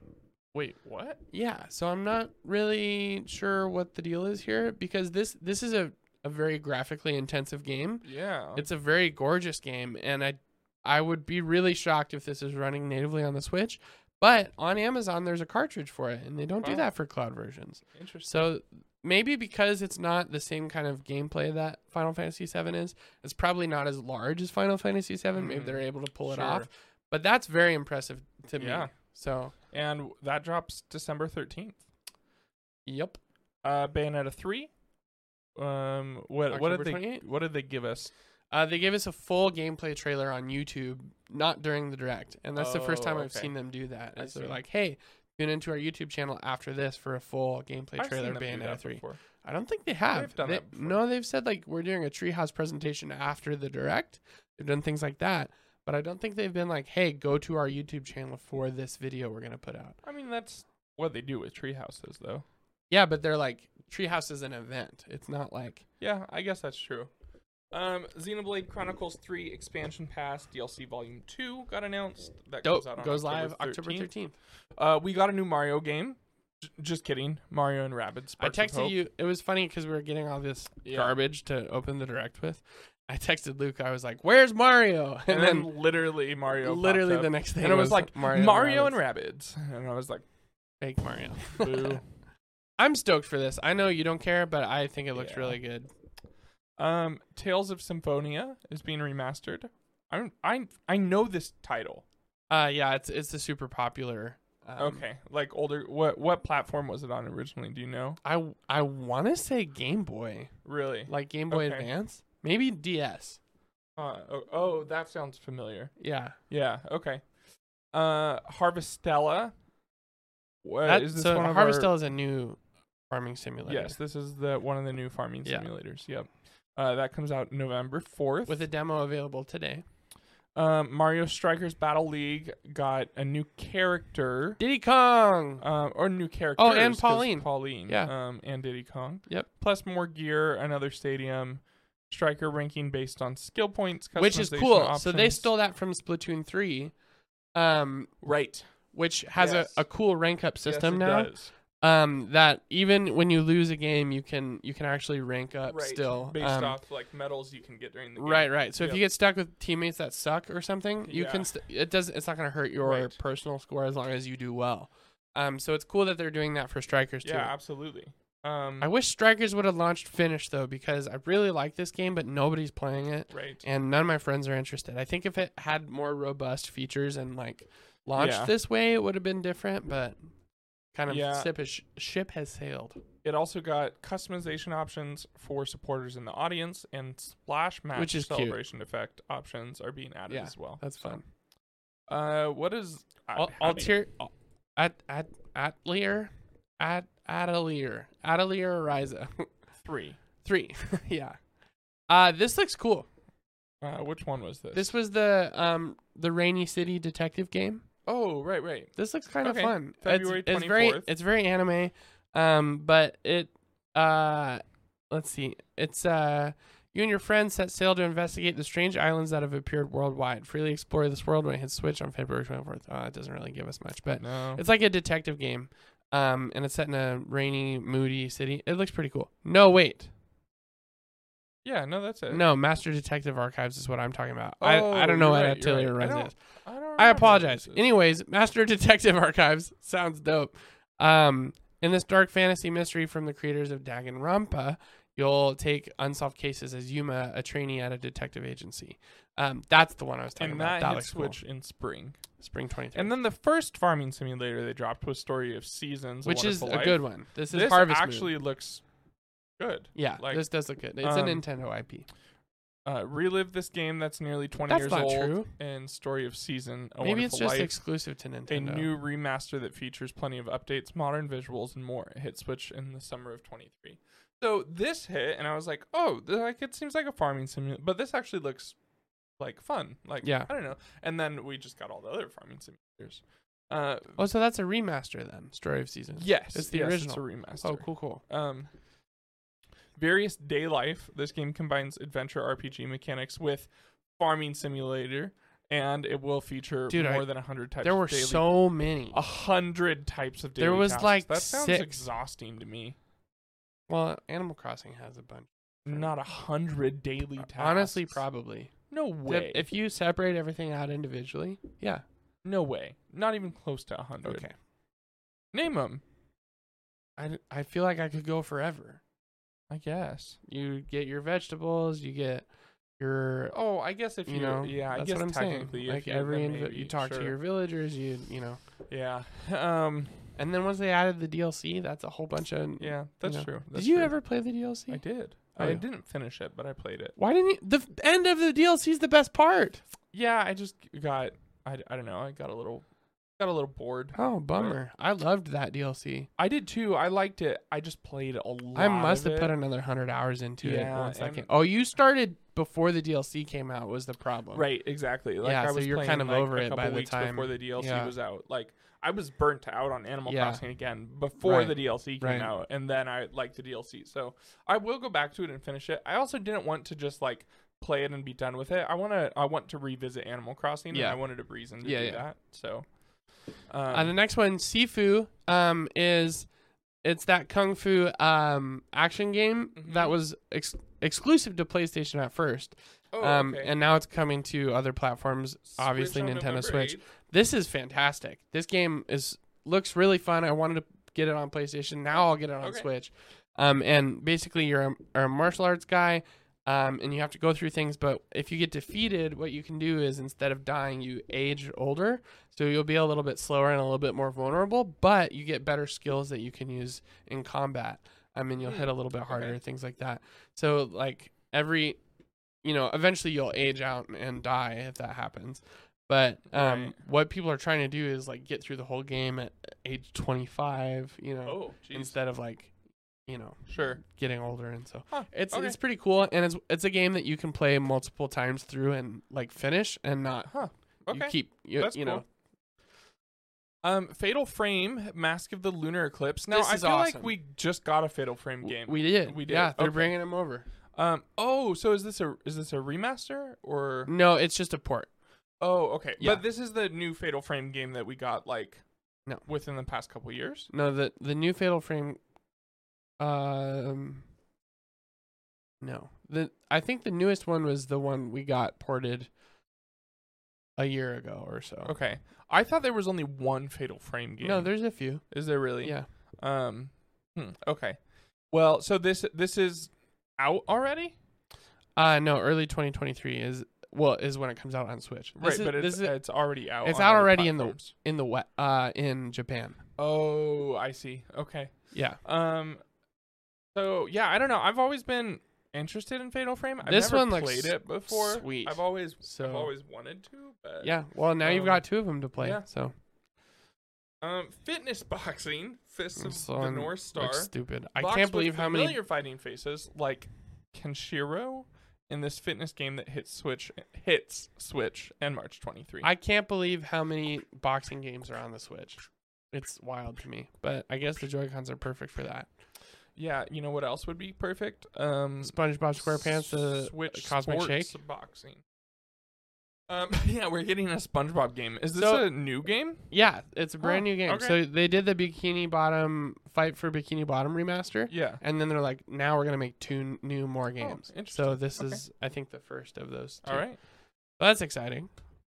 B: Wait, what?
A: Yeah, so I'm not really sure what the deal is here because this this is a, a very graphically intensive game.
B: Yeah.
A: It's a very gorgeous game, and I I would be really shocked if this is running natively on the Switch. But on Amazon, there's a cartridge for it, and they don't do
B: Wow.
A: that for cloud versions.
B: interesting.
A: So maybe because it's not the same kind of gameplay that Final Fantasy VII is, it's probably not as large as Final Fantasy VII. Maybe
B: Mm,
A: they're able to pull it
B: Sure.
A: off, but that's very impressive to
B: Yeah.
A: me. So
B: And that drops December 13th.
A: Yep.
B: Uh, Bayonetta 3. Um, what what
A: October
B: did they
A: 28th?
B: what did they give us?
A: Uh, they gave us a full gameplay trailer on YouTube, not during the direct, and that's the first
B: Oh,
A: time I've
B: okay.
A: seen them do that.
B: I
A: Is they're
B: see.
A: like, "Hey, tune into our YouTube channel after this for a full gameplay
B: I've seen
A: trailer of
B: them do
A: Bayonetta
B: that
A: 3."
B: before.
A: I don't think they have.
B: done
A: They-
B: that before.
A: No, they've said like we're doing a treehouse presentation after the direct. They've done things like that, but I don't think they've been like, "Hey, go to our YouTube channel for this video we're gonna put out."
B: I mean, that's what they do with tree houses, though.
A: Yeah, but they're like, "Treehouse is an event. It's not like."
B: Yeah, I guess that's true. Um, Xenoblade Chronicles 3 expansion pass DLC volume 2 got announced. That
A: Dope
B: goes out on
A: goes
B: October
A: live October
B: 13th.
A: 13th.
B: Uh, we got a new Mario game. J- just kidding. Mario and Rabbids.
A: I
B: Sparks of
A: texted
B: Hope.
A: you. It was funny because we were getting all this
B: Yeah.
A: garbage to open the direct with. I texted Luke. I was like, "Where's Mario?"
B: And, then, literally Mario. popped
A: literally
B: up.
A: the next thing,
B: and it was, like Mario, and
A: Rabbids.
B: Rabbids. And I was like,
A: fake Mario.
B: boo.
A: I'm stoked for this. I know you don't care, but I think it looks
B: Yeah.
A: really good.
B: um, Tales of Symphonia is being remastered. I'm I I know this title.
A: Uh, yeah, it's it's a super popular. Um,
B: okay, like older. What what platform was it on originally? Do you know?
A: I I want to say Game Boy,
B: Really?
A: like Game Boy
B: Okay.
A: Advance, maybe DS.
B: Uh, oh, oh, that sounds familiar.
A: Yeah,
B: Yeah. Okay. Uh, Harvestella. What Uh, is
A: that,
B: this
A: so
B: one of our-
A: Harvestella is a new farming simulator.
B: Yes, this is the one of the new farming
A: Yeah.
B: simulators. Yep. Uh, that comes out November fourth.
A: with a demo available today.
B: um, Mario Strikers Battle League got a new character,
A: Diddy Kong.
B: um, or new characters. 'cause
A: Oh, Pauline.
B: Pauline.
A: Yeah.
B: Um, and Diddy Kong.
A: Yep.
B: Plus more gear, another stadium, striker ranking based on skill points,
A: which is
B: customization
A: cool. So they
B: options.
A: stole that from Splatoon three, um,
B: right
A: which has
B: Yes.
A: a, a cool rank up system
B: yes, it
A: now.
B: does.
A: Um, that even when you lose a game, you can you can actually rank up
B: right.
A: still.
B: based
A: um,
B: off like medals you can get during the game.
A: Right, right. So if you
B: Yep.
A: get stuck with teammates that suck or something, you
B: Yeah.
A: can. St- it doesn't. It's not going to hurt your
B: Right.
A: personal score as long as you do well. Um, so it's cool that they're doing that for strikers too.
B: yeah, absolutely. Um,
A: I wish strikers would have launched finish though because I really like this game, but nobody's playing it.
B: right.
A: and none of my friends are interested. I think if it had more robust features and like launched
B: Yeah.
A: this way, it would have been different, but Kind of
B: Yeah.
A: ship, is, ship has sailed.
B: It also got customization options for supporters in the audience, and splash match
A: Which is cute.
B: celebration effect options are being added
A: Yeah,
B: as well.
A: That's
B: So,
A: fun.
B: Uh, what is
A: Al-
B: how many-
A: Altier, at at Atlier, at Atelier, Atelier Ariza,
B: three?
A: three. yeah. Uh, this looks cool.
B: Uh, which one was this?
A: This was the um the Rainy City detective game.
B: Oh, right, right.
A: This looks kind
B: Okay,
A: of fun.
B: February
A: it's, it's very
B: 24th.
A: it's very anime. Um, but it uh let's see. It's uh you and your friends set sail to investigate the strange islands that have appeared worldwide. Freely explore this world when it hits Switch on February 24th. Uh, it doesn't really give us much, but
B: No.
A: it's like a detective game. Um, and it's set in a rainy, moody city. It looks pretty cool. No, wait.
B: yeah, no, that's it.
A: No, Master Detective Archives is what I'm talking about. I, I don't know what
B: Uh, Oh, you're right, you're
A: Atelier
B: right. I
A: Rise
B: don't-
A: is.
B: I, don't remember
A: I
B: what
A: apologize.
B: this is.
A: Anyways, Master Detective Archives sounds dope. Um, in this dark fantasy mystery from the creators of Danganronpa, you'll take unsolved cases as Yuma, a trainee at a detective agency. Um, that's the one I was talking
B: and
A: about.
B: that,
A: That
B: hits
A: looks cool.
B: Switch in spring.
A: Spring 23,
B: And then the first farming simulator they dropped was Story of Seasons, A
A: which is a
B: Wonderful Life.
A: good one. This is
B: This
A: Harvest Moon.
B: actually looks good.
A: Yeah,
B: like,
A: this does look good. It's a
B: um,
A: Nintendo IP.
B: Uh, relive this game that's nearly 20
A: That's
B: years
A: not
B: old
A: true.
B: and Story of Season, A
A: Maybe
B: Wonderful
A: it's just
B: Life.
A: exclusive to
B: a
A: Nintendo.
B: new remaster that features plenty of updates, modern visuals, and more. It hit Switch in the summer of 23. So this hit, and I was like, oh, th- like it seems like a farming simulator, but this actually looks like fun. Like,
A: Yeah.
B: I don't know. And then we just got all the other farming simulators. Uh,
A: oh, so that's a remaster then. Story of Seasons.
B: yes,
A: it's the
B: yes,
A: original.
B: It's a remaster.
A: Oh, cool, cool.
B: Um, various day life. This game combines adventure RPG mechanics with farming simulator, and it will feature
A: Dude, I-
B: more than a hundred types.
A: There
B: of
A: were
B: daily Ah.
A: so many.
B: a hundred types of daily
A: There was,
B: tasks.
A: like,
B: that sounds
A: six.
B: exhausting to me.
A: Well, Animal Crossing has a bunch.
B: Not a hundred daily tasks.
A: Honestly, probably.
B: no way.
A: If you separate everything out individually, yeah.
B: no way, not even close to a hundred.
A: Okay.
B: Name them,
A: I, I feel like I could go forever.
B: I guess.
A: You get your vegetables, you get your
B: Oh, I guess if you,
A: you know,
B: yeah, I
A: that's
B: guess
A: what I'm saying.
B: technically, if
A: Like
B: you-
A: every
B: then
A: inv-
B: maybe,
A: you talk
B: sure.
A: to your villagers, you you know.
B: yeah, um,
A: And then once they added the DLC, that's a whole bunch of
B: yeah, that's
A: know.
B: true.
A: Did
B: That's
A: you
B: true.
A: ever play the DLC?
B: I did.
A: Oh,
B: I
A: yeah.
B: didn't finish it, but I played it.
A: Why didn't you? The f- end of the DLC is the best part.
B: Yeah, I just got. I, I don't know. I got a little, got a little bored.
A: Oh, bummer. I loved that DLC.
B: I did too. I liked it. I just played a lot.
A: I must
B: of
A: have
B: it.
A: put another 100 hours into
B: Yeah,
A: it once that
B: and-
A: came. Oh, you started before the DLC came out was the problem.
B: Right, exactly. Like
A: Yeah,
B: I
A: so
B: was
A: you're
B: playing,
A: kind of
B: like,
A: over
B: a
A: it by
B: couple
A: the
B: weeks
A: time-
B: before the DLC
A: yeah.
B: was out. Like I was burnt out on Animal
A: Yeah.
B: Crossing again before
A: Right,
B: the DLC came
A: right.
B: out, and then I liked the DLC. So I will go back to it and finish it. I also didn't want to just like play it and be done with it. I want to. I want to revisit Animal Crossing.
A: Yeah.
B: and I wanted a reason to
A: Yeah,
B: do
A: yeah.
B: that. So.
A: Uh, the
B: Um,
A: next one, Sifu, um, is it's that kung fu um action game that
B: Mhm.
A: was ex- exclusive to PlayStation at first,
B: oh,
A: um,
B: okay.
A: and now it's coming to other platforms. obviously,
B: on
A: Nintendo
B: November
A: Switch.
B: 8th.
A: This is fantastic. This game is looks really fun. I wanted to get it on PlayStation. Now I'll get it on
B: Okay.
A: Switch. Um, and basically, you're a, a martial arts guy. Um, and you have to go through things, but if you get defeated, what you can do is instead of dying, you age older. So you'll be a little bit slower and a little bit more vulnerable, but you get better skills that you can use in combat. I mean, you'll
B: Hmm,
A: hit a little bit harder,
B: okay.
A: things like that. So, like, every, you know, eventually you'll age out and die if that happens. But um,
B: Right.
A: what people are trying to do is, like, get through the whole game at age 25, you know,
B: Oh, geez.
A: instead of, like, you know,
B: Sure.
A: getting older and so
B: Huh,
A: it's
B: okay.
A: it's pretty cool and it's it's a game that you can play multiple times through and like finish and not
B: Huh. Okay.
A: you keep you,
B: That's
A: you
B: cool.
A: know
B: Um, Fatal Frame, Mask of the Lunar Eclipse. Now
A: This
B: I
A: is
B: feel
A: awesome.
B: like we just got a Fatal Frame
A: w-
B: game.
A: we did
B: We
A: we
B: did.
A: did yeah they're
B: Okay.
A: bringing them over
B: um. Oh, so is this a is this a remaster or?
A: no it's just a port
B: Oh, okay.
A: Yeah.
B: But this is the new Fatal Frame game that we got like,
A: No.
B: within the past couple years.
A: no the the new fatal frame um no the i think the newest one was the one we got ported a year ago or so
B: Okay. I thought there was only one Fatal Frame game.
A: no there's a few
B: is there really?
A: yeah
B: Um. hmm, okay. Well, so this this is out already.
A: uh no early 2023 is well is when it comes out on Switch. This
B: Right,
A: is-
B: but
A: this
B: it's,
A: is
B: it's already out.
A: it's
B: on
A: out
B: other
A: already in the-
B: platforms.
A: in the we- uh in Japan.
B: Oh, I see. Okay.
A: Yeah.
B: Um. So yeah, I don't know. I've always been interested in Fatal Frame. I've
A: This
B: never
A: one looks
B: played it before.
A: sweet.
B: I've always I've
A: So
B: always wanted to, but
A: yeah, well now you've
B: um,
A: got two of them to play.
B: yeah.
A: So
B: Um, fitness boxing, Fists of
A: So
B: the
A: I'm-
B: North Star.
A: looks stupid. I
B: Boxed
A: can't
B: with
A: believe how many
B: familiar fighting faces like Kenshiro in this fitness game that hits Switch hits Switch and March 23.
A: I can't believe how many boxing games are on the Switch. It's wild to me. But I guess the Joy-Cons are perfect for that.
B: yeah, you know what else would be perfect? Um,
A: SpongeBob SquarePants the
B: Switch
A: uh, Cosmic
B: Sports
A: Shake?
B: boxing. Um, yeah, we're getting a SpongeBob game. Is this
A: So-
B: a new game?
A: Yeah, it's a brand
B: Oh,
A: new game.
B: okay.
A: So they did the Bikini Bottom Fight for Bikini Bottom remaster.
B: Yeah.
A: And then they're like, now we're gonna make two n- new more games. so
B: Oh, interesting.
A: this
B: Okay.
A: is, I think, the first of those. Two.
B: All right.
A: Well, that's exciting.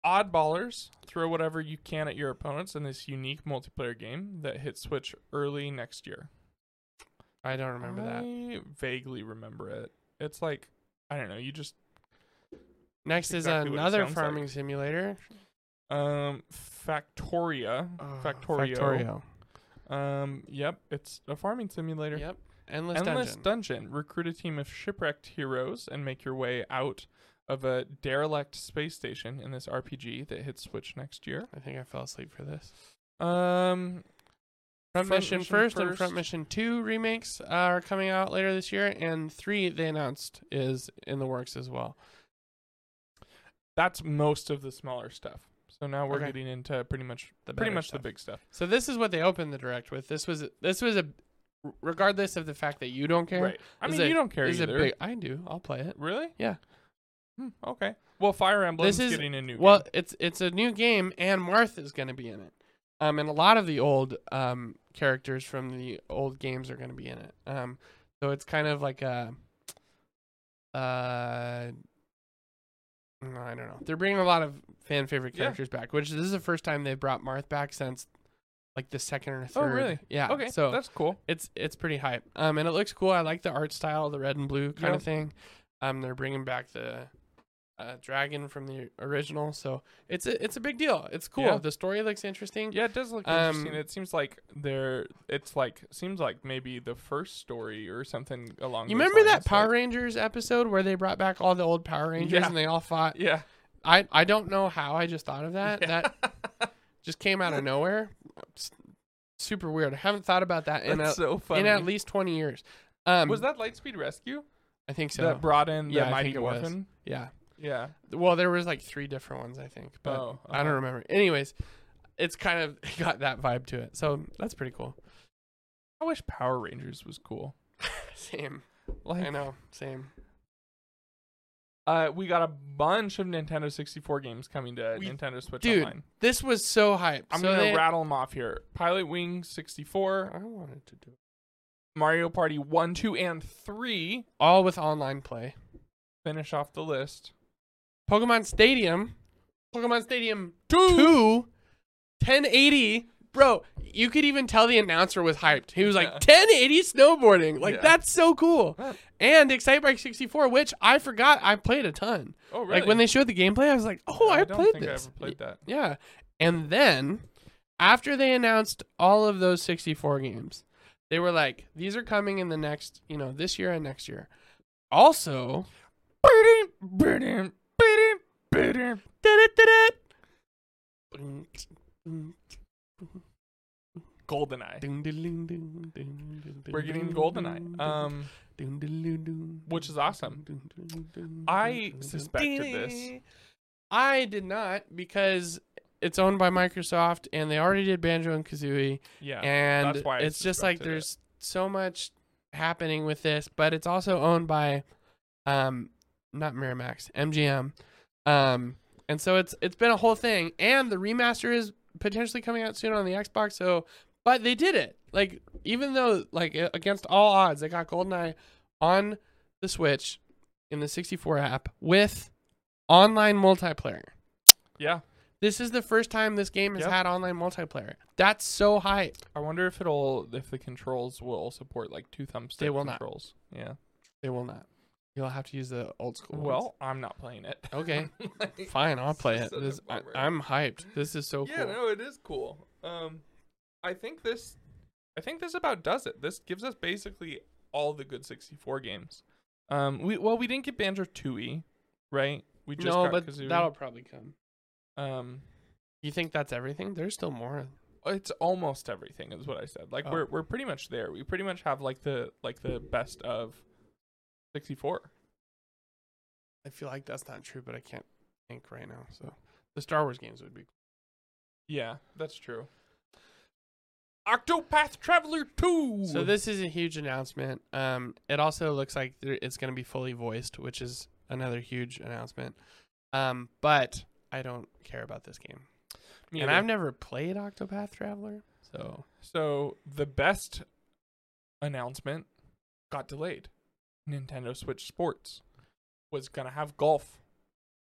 B: Oddballers throw whatever you can at your opponents in this unique multiplayer game that hits Switch early next year.
A: I don't remember that.
B: I vaguely remember it. It's like I don't know. You just
A: Next is
B: exactly what it
A: another
B: sounds like.
A: farming simulator.
B: um Factoria,
A: Oh,
B: Factorio. Um, yep, it's a farming simulator.
A: Yep. Endless,
B: Endless
A: dungeon.
B: dungeon. Recruit a team of shipwrecked heroes and make your way out of a derelict space station in this RPG that hits Switch next year.
A: I think I fell asleep for this.
B: Um,
A: Front,
B: Front
A: Mission,
B: Mission
A: first, and
B: first.
A: Front Mission Two remakes are coming out later this year, and three they announced is in the works as well.
B: that's most of the smaller stuff. So now we're
A: Okay.
B: getting into pretty much
A: The
B: pretty
A: better
B: much
A: stuff.
B: the big stuff.
A: So this is what they opened the direct with. This was this was a regardless of the fact that you don't care.
B: Right. I
A: This
B: mean,
A: is a-
B: you don't care
A: This is a
B: either.
A: big. I do. I'll play it.
B: Really?
A: Yeah.
B: Hmm, okay. Well, Fire Emblem's
A: is-
B: getting a new
A: Well,
B: game.
A: it's it's a new game, and Martha's going to be in it. Um, and a lot of the old um characters from the old games are going to be in it. Um, so it's kind of like a uh. no, I don't know. They're bringing a lot of fan favorite
B: Yeah.
A: characters back, which this is the first time they've brought Marth back since like the second or
B: Oh,
A: third.
B: really?
A: Yeah.
B: okay,
A: So
B: that's cool.
A: it's it's pretty hype. Um, and it looks cool. I like the art style, the red and blue kind
B: Yeah.
A: of thing. Um, they're bringing back the uh, dragon from the original, so it's a it's a big deal. It's cool.
B: Yeah.
A: The story looks interesting.
B: Yeah, it does look
A: Um,
B: interesting. It seems like they're. It's like seems like maybe the first story or something along.
A: You
B: those
A: remember that
B: lines,
A: Power
B: like-
A: Rangers episode where they brought back all the old Power Rangers
B: Yeah.
A: and they all fought?
B: Yeah.
A: I I don't know how I just thought of that.
B: yeah.
A: That just came out of nowhere. S- Super weird. I haven't thought about that in
B: that's
A: a,
B: so funny.
A: in at least twenty years. Um,
B: was that Lightspeed Rescue
A: I think so.
B: that brought in the
A: Yeah, I
B: Mighty
A: think it was.
B: Morphin?
A: yeah.
B: Yeah.
A: Well, there was like three different ones, I think, but
B: Oh,
A: I don't
B: uh-huh.
A: remember. Anyways, it's kind of got that vibe to it, so that's pretty cool.
B: I wish Power Rangers was cool.
A: Same,
B: Like
A: I know, same.
B: Uh, we got a bunch of Nintendo 64 games coming to
A: We-
B: Nintendo Switch
A: Dude,
B: Online.
A: This was so hype.
B: I'm
A: so
B: gonna
A: they-
B: rattle them off here. Pilot Wing 64,
A: I wanted to do it.
B: Mario Party 1, 2, and 3
A: all with online play.
B: finish off the list.
A: Pokemon Stadium, Pokemon Stadium
B: Two.
A: 2, 1080. Bro, you could even tell the announcer was hyped. He was like,
B: Yeah.
A: 1080 snowboarding. Like,
B: Yeah.
A: that's so cool.
B: Yeah.
A: And Excitebike 64, which I forgot I played a ton.
B: Oh,
A: Like when they showed the gameplay, I was like, "Oh, I,
B: don't
A: played
B: think
A: this."
B: I ever played that.
A: Yeah, and then after they announced all of those 64 games, they were like, "These are coming in the next, you know, this year and next year." Also,
B: GoldenEye. We're getting GoldenEye, um, which is awesome. I suspected this.
A: I did not because it's owned by Microsoft and they already did Banjo and Kazooie.
B: Yeah,
A: and
B: that's why I
A: it's just like
B: suspected it.
A: there's so much happening with this, but it's also owned by um not Miramax, MGM. Um and so it's it's been a whole thing and the remaster is potentially coming out soon on the Xbox, so but they did it. Like even though like a- against all odds, they got GoldenEye on the Switch in the 64 app with online multiplayer.
B: yeah.
A: This is the first time this game has
B: Yep.
A: had online multiplayer. That's so hype.
B: I wonder if it'll if the controls will support like two thumbstick
A: will not.
B: controls. Yeah.
A: They will not. You'll have to use the old school. ones.
B: Well, I'm not playing it.
A: okay,
B: Like,
A: fine, I'll play
B: This
A: it.
B: is such a
A: This, I,
B: bummer.
A: I'm hyped. This is so
B: yeah,
A: cool.
B: no, it is cool. Um, I think this, I think this about does it. This gives us basically all the good 64 games. Um, we well, we didn't get Banjo Tooie, right? We just
A: No,
B: got
A: but
B: Kazooie.
A: that'll probably come.
B: um,
A: You think that's everything? There's still more.
B: it's almost everything is what I said. Like
A: Oh.
B: we're we're pretty much there. We pretty much have like the like the best of 64.
A: I feel like that's not true, but I can't think right now. So the Star Wars games would be.
B: Yeah, that's true. Octopath Traveler 2.
A: So this is a huge announcement. Um, it also looks like there, it's going to be fully voiced, which is another huge announcement. Um, but I don't care about this game,
B: Me
A: and
B: either.
A: I've never played Octopath Traveler, so
B: So the best announcement got delayed. Nintendo Switch Sports was gonna have golf.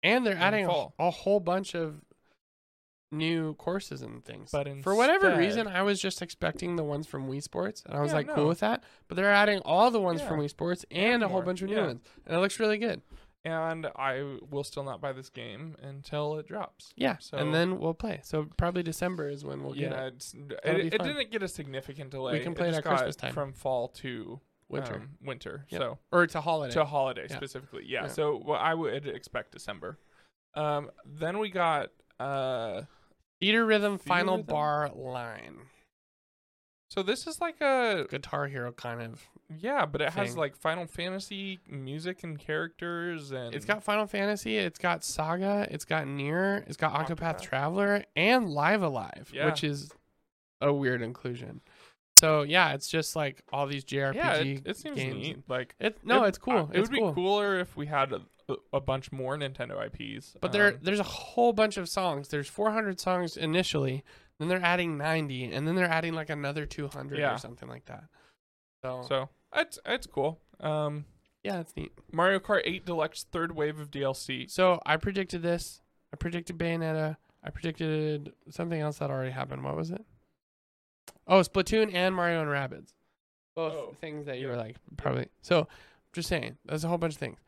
A: and they're
B: In
A: adding a,
B: fall.
A: a whole bunch of new courses and things.
B: But
A: for whatever
B: instead-
A: reason, I was just expecting the ones from Wii Sports, and I was
B: Yeah,
A: like
B: no.
A: cool with that. But they're adding all the ones from
B: Yeah.
A: Wii Sports and a whole
B: more,
A: bunch of new
B: yeah.
A: ones, and it looks really good.
B: And I will still not buy this game until it drops.
A: Yeah,
B: So-
A: and then we'll play. So probably December is when we'll get
B: yeah,
A: it.
B: it's,
A: That'll
B: it,
A: be
B: it
A: fun.
B: didn't get a significant delay.
A: can play it
B: just
A: at Christmas
B: got
A: time.
B: from fall to
A: winter
B: um, winter.
A: Yep.
B: So
A: or it's a holiday.
B: to holiday
A: Yeah.
B: specifically. Yeah.
A: Yeah.
B: So what I would expect December. Um, then we got uh,
A: Theater rhythm, final
B: Theater Rhythm?
A: bar line,
B: so this is like a
A: Guitar Hero kind of.
B: Yeah, but it has
A: thing.
B: like Final Fantasy music and characters, and
A: It's got Final Fantasy, it's got Saga, it's got Near, it's got Octopath,
B: Octopath.
A: Traveler, and Live Alive,
B: Yeah.
A: which is a weird inclusion. So yeah, it's just like all these JRPG
B: yeah, it, it seems
A: games.
B: neat. Like,
A: It, no,
B: it-
A: it's cool.
B: uh, it
A: it's
B: would
A: cool.
B: be cooler if we had a, a bunch more Nintendo IPs.
A: But there,
B: um,
A: there's a whole bunch of songs. There's 400 songs initially, then they're adding 90, and then they're adding like another 200
B: Yeah.
A: or something like that. So,
B: so it's it's cool. Um,
A: yeah, it's neat.
B: Mario Kart 8 Deluxe third wave of DLC.
A: So I predicted this. I predicted Bayonetta. I predicted something else that already happened. What was it? Oh, Splatoon and Mario and Rabbids, both
B: Oh,
A: things that you
B: yeah.
A: were like probably. So just saying, there's a whole bunch of things,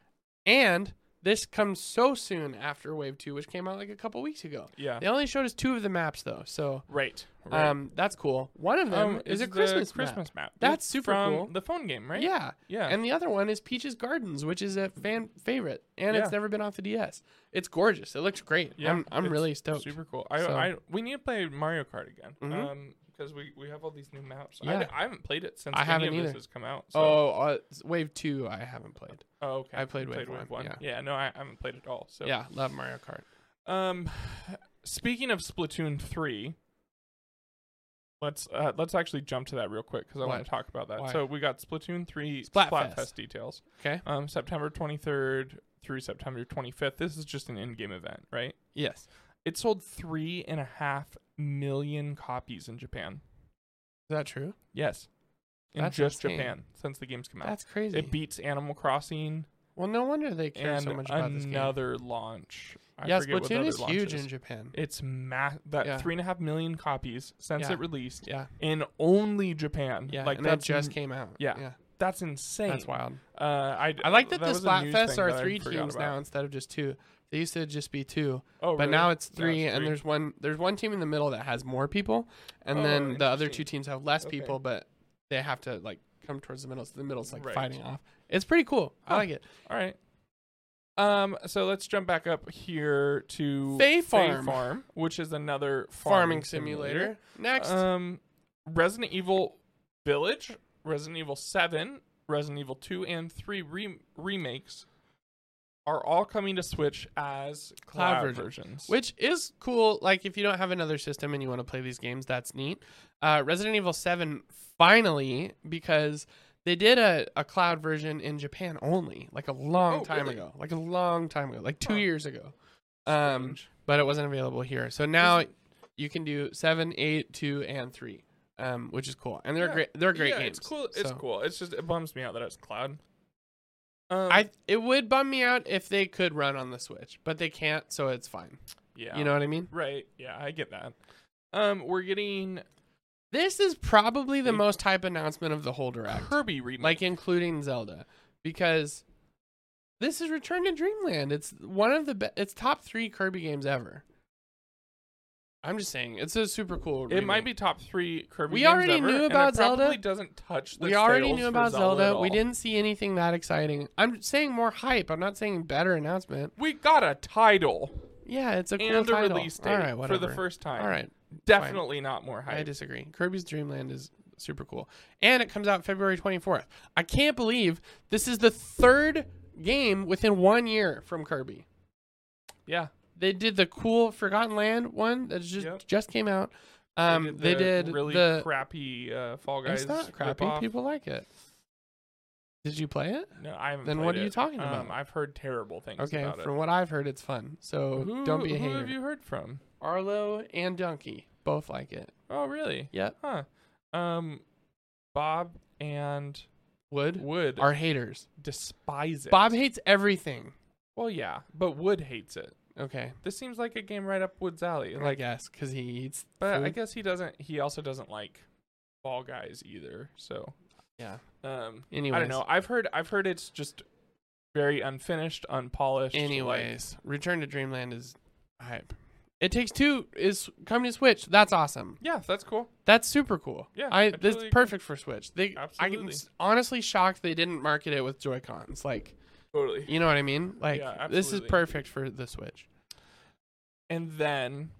A: and this comes so soon after Wave Two, which came out like a couple weeks ago.
B: Yeah,
A: They only showed us two of the maps though, so
B: right. right.
A: um, that's cool. One of them
B: Um,
A: is a
B: the
A: Christmas map.
B: Christmas map.
A: That's super
B: from
A: cool.
B: The phone game, right?
A: Yeah,
B: yeah.
A: and the other one is Peach's Gardens, which is a fan favorite, and
B: Yeah.
A: it's never been off the DS. It's gorgeous. It looks great.
B: Yeah,
A: I'm, I'm
B: it's
A: really stoked.
B: Super cool. I,
A: So-
B: I we need to play Mario Kart again.
A: Mhm.
B: Um, because we, we have all these new maps. I
A: Yeah.
B: d- I, haven't played it since
A: I
B: any
A: haven't
B: of this
A: either.
B: has come out. So.
A: Oh, uh, it's Wave Two, I haven't played.
B: Oh, okay.
A: I played Wave
B: Wave
A: One,
B: Yeah. no, I, I haven't played it all. So
A: Yeah, love Mario Kart.
B: Um, speaking of Splatoon three, let's uh, let's actually jump to that real quick because I want
A: What?
B: to talk about that.
A: Why?
B: So we got Splatoon three
A: Splatfest.
B: details.
A: Okay.
B: Um, September twenty third through September twenty fifth. This is just an in game event, right?
A: Yes,
B: It sold three and a half million copies in Japan.
A: is that true?
B: Yes. In
A: That's
B: just
A: insane.
B: Japan since the game's come out.
A: That's crazy.
B: It beats Animal Crossing
A: well, no wonder they care
B: and
A: so much about this game.
B: another launch. I
A: Yeah,
B: forget what
A: Splatoon
B: other
A: is
B: launch
A: huge in Japan.
B: It's ma- that
A: Yeah.
B: three and a half million copies since
A: Yeah.
B: it released
A: Yeah,
B: in only Japan.
A: yeah,
B: like
A: and that
B: that's
A: just
B: n-
A: came out.
B: yeah.
A: yeah,
B: that's insane.
A: that's wild.
B: Uh, I
A: I like that, the
B: was a news
A: Splatfests
B: thing
A: are
B: that I
A: three
B: forgot
A: teams
B: about.
A: now instead of just two. They used to just be two,
B: Oh,
A: but
B: really?
A: now it's
B: Now it's
A: three, and there's one there's one team in the middle that has more people, and
B: Oh,
A: then the other
B: interesting.
A: two teams have less
B: Okay.
A: people, but they have to like come towards the middle, so the middle's like
B: Right.
A: fighting off. It's pretty cool.
B: Huh.
A: I like it.
B: all right. Um, so let's jump back up here to
A: Fae Farm.
B: Farm, which is another
A: Farming, simulator. Next,
B: Um, Resident Evil Village, Resident Evil Seven, Resident Evil Two, and Three re- remakes are all coming to Switch as cloud,
A: Cloud version.
B: versions.
A: which is cool. Like if you don't have another system and you want to play these games, that's neat. Uh, Resident Evil Seven finally because. They did a, a cloud version in Japan only, like a long
B: Oh,
A: time
B: really?
A: ago, like a long time ago, like two
B: Huh.
A: years ago. Um,
B: Strange.
A: but it wasn't available here. So now
B: Is
A: you can do seven, eight, two, and three, um, which is cool. And they're
B: Yeah.
A: great. They're great
B: yeah,
A: games.
B: It's cool. It's
A: So
B: cool. It's just it bums me out that it's cloud. Um,
A: I it would bum me out if they could run on the Switch, but they can't, so it's fine.
B: yeah
A: You know what I mean?
B: right yeah I get that. Um, we're getting
A: This is probably the
B: They-
A: most hype announcement of the whole direct,
B: Kirby remake.
A: like including Zelda, because This is Return to Dreamland. It's one of the be- it's top three Kirby games ever. I'm just saying, it's a super cool.
B: It might
A: remake.
B: be top three Kirby.
A: We
B: games
A: already
B: ever,
A: knew
B: and it
A: about Zelda.
B: Probably doesn't touch. The
A: We already
B: sales
A: knew
B: for
A: about
B: Zelda. at
A: Zelda. We
B: all.
A: didn't see anything that exciting. I'm saying more hype. I'm not saying better announcement.
B: We got a title
A: Yeah, it's a cool
B: and a
A: title.
B: release date
A: All right,
B: for
A: whatever.
B: the first time.
A: All right,
B: definitely not more
A: I
B: hype.
A: disagree. Kirby's Dream Land is super cool, and it comes out February 24th. I can't believe this is the third game within one year from Kirby.
B: yeah,
A: They did the cool Forgotten Land one that just
B: Yep.
A: just came out. Um, they
B: the
A: did,
B: really
A: the
B: crappy uh, Fall Guys.
A: it's not crappy.
B: ripoff.
A: People like it. Did you play it?
B: No, I haven't.
A: Then
B: played
A: what are
B: it.
A: you talking
B: Um,
A: about?
B: I've heard terrible things
A: Okay,
B: about
A: from
B: it.
A: what I've heard, it's fun. So
B: Who,
A: don't be a
B: who
A: hater.
B: have you heard from?
A: Arlo and Donkey both like it.
B: Oh, really?
A: Yep.
B: Huh. Um, Bob and
A: Wood
B: Wood
A: are haters.
B: despise it.
A: Bob hates everything.
B: Well, yeah, but Wood hates it.
A: Okay,
B: This seems like a game right up Wood's alley.
A: I
B: Like,
A: guess because he eats.
B: but I
A: food.
B: guess he doesn't. He also doesn't like Fall Guys either. So,
A: Yeah.
B: Um,
A: Anyways,
B: I don't know. I've heard. I've heard it's just very unfinished, unpolished. like-
A: Anyways, Return to Dreamland is hype. It takes two is coming to Switch. That's awesome.
B: yeah, that's cool.
A: That's super cool.
B: Yeah,
A: I,
B: I
A: that's
B: totally agree.
A: perfect for Switch. They I'm
B: Absolutely.
A: s- honestly shocked they didn't market it with Joy Cons. Like,
B: Totally.
A: you know what I mean? Like,
B: Yeah,
A: this is
B: absolutely.
A: perfect for the Switch.
B: And then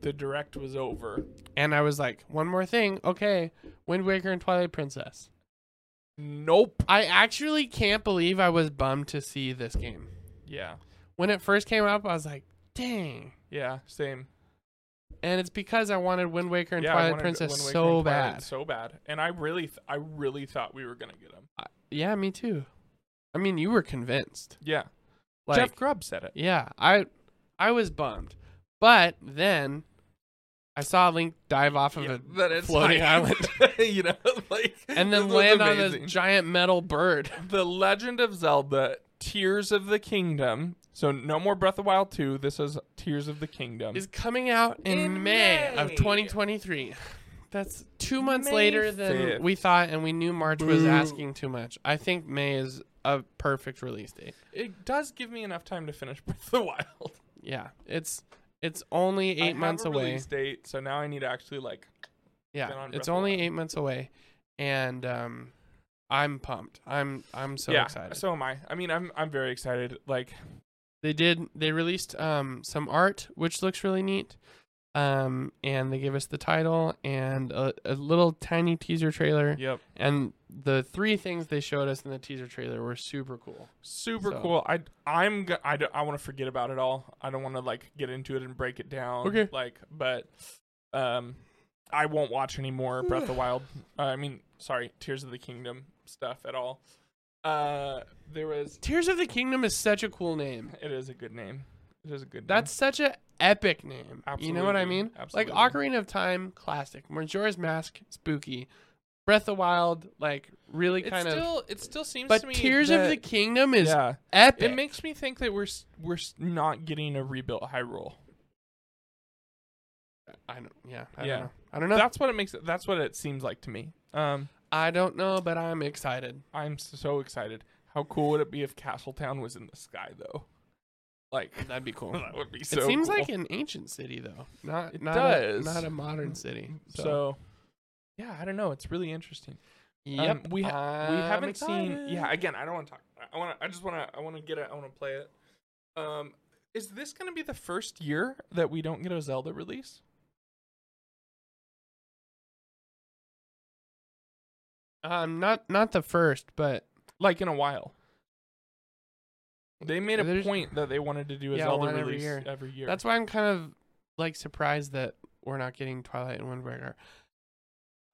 B: the direct was over.
A: And I was like, one more thing. Okay, Wind Waker and Twilight Princess.
B: Nope.
A: I actually can't believe I was bummed to see this game
B: Yeah.
A: when it first came up. I was like, dang.
B: Yeah. Same.
A: And it's because I wanted Wind Waker and
B: yeah, I
A: Twilight
B: wanted
A: Princess
B: Wind Waker
A: so
B: and Twilight
A: bad.
B: So bad. And I really, th- I really thought we were gonna get him.
A: Yeah, me too. I mean, you were convinced.
B: Yeah.
A: Like,
B: Jeff Grubb said it.
A: yeah, I, I was bummed, but then I saw Link dive off of
B: Yeah,
A: a
B: that it's
A: floating
B: like-
A: island
B: you know, like
A: and
B: this
A: then
B: was
A: land on
B: amazing.
A: this giant metal bird.
B: The Legend of Zelda: Tears of the Kingdom. So no more Breath of the Wild 2. This is Tears of the Kingdom.
A: Is coming out in,
B: In
A: May, of
B: May.
A: 2023. That's two months
B: May
A: later than
B: 5th.
A: we thought, and we knew March was
B: Boo.
A: asking too much. I think May is a perfect release date.
B: it does give me enough time to finish Breath of the Wild.
A: Yeah, it's it's only
B: I
A: eight
B: have
A: months
B: a
A: away.
B: Release date. So now I need to actually like. been
A: Yeah,
B: on Breath of
A: it's
B: the
A: only
B: Wild.
A: eight months away, and um, I'm pumped. I'm I'm so
B: yeah.
A: excited.
B: So am I. I mean, I'm I'm very excited. Like,
A: they did they released um some art which looks really neat, um, and they gave us the title and a, a little tiny teaser trailer,
B: yep.
A: and the three things they showed us in the teaser trailer were super cool.
B: Super
A: So-
B: cool. I I'm g- I, don't- I want to forget about it all. I don't want to like get into it and break it down.
A: Okay.
B: Like, but um, I won't watch any more Breath of the Wild. Uh, I mean, sorry, Tears of the Kingdom stuff at all. Uh, there was.
A: Tears of the Kingdom is such a cool name.
B: It is a good name. It is a good.
A: That's such a epic name. You know what I
B: Absolutely,
A: mean?
B: absolutely.
A: Like Ocarina of Time, classic. Majora's Mask, spooky. Breath of Wild, like really
B: name. It
A: kind of.
B: still it still seems to
A: But
B: me
A: Tears of the
B: that-
A: Kingdom is
B: yeah.
A: epic.
B: It makes me think that we're s- we're s- not getting a rebuilt Hyrule.
A: I don't. Yeah. I
B: Yeah.
A: Don't know. I don't know.
B: That's what it makes. That's what it seems like to me. Um,
A: I don't know, but I'm excited.
B: I'm s- so excited. How cool would it be if Castletown was in the sky though? Like
A: That'd be cool.
B: that would be so.
A: it seems
B: cool.
A: like an ancient city though. Not
B: It
A: not
B: does.
A: A, not a modern city.
B: so. um, Yeah, I don't know. It's really interesting.
A: yep.
B: um, we ha- we
A: Uh, I'm
B: haven't seen.
A: excited.
B: Yeah, again, I don't want to talk. I want. to I just want to. I want to get it. I want to play it. Um, is this going to be the first year that we don't get a Zelda release?
A: Um. Not not the first, but
B: Like in a while. They made a
A: There's-
B: point that they wanted to do a
A: Yeah,
B: Zelda
A: one every
B: release
A: year.
B: every year.
A: that's why I'm kind of like surprised that we're not getting Twilight and Wind Waker.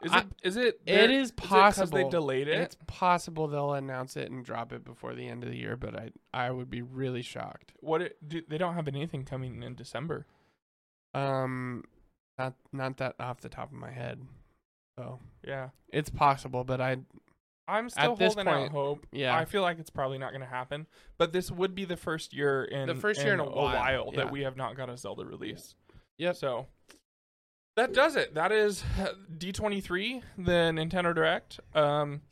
B: is
A: I-
B: it. Is it?
A: it is
B: because they
A: possible.
B: delayed it.
A: It's possible they'll announce it and drop it before the end of the year, but I I would be really shocked.
B: What it, do, they don't have anything coming in December.
A: Um, not not that off the top of my head. So
B: Yeah,
A: it's possible, but I
B: I'm still
A: this
B: holding out
A: point,
B: hope.
A: yeah
B: I feel like it's probably not going to happen, but this would be the first year in
A: The first year in a while, yeah.
B: that we have not got a Zelda release.
A: Yep.
B: So that does it. That uh, is D23, the Nintendo Direct. Um,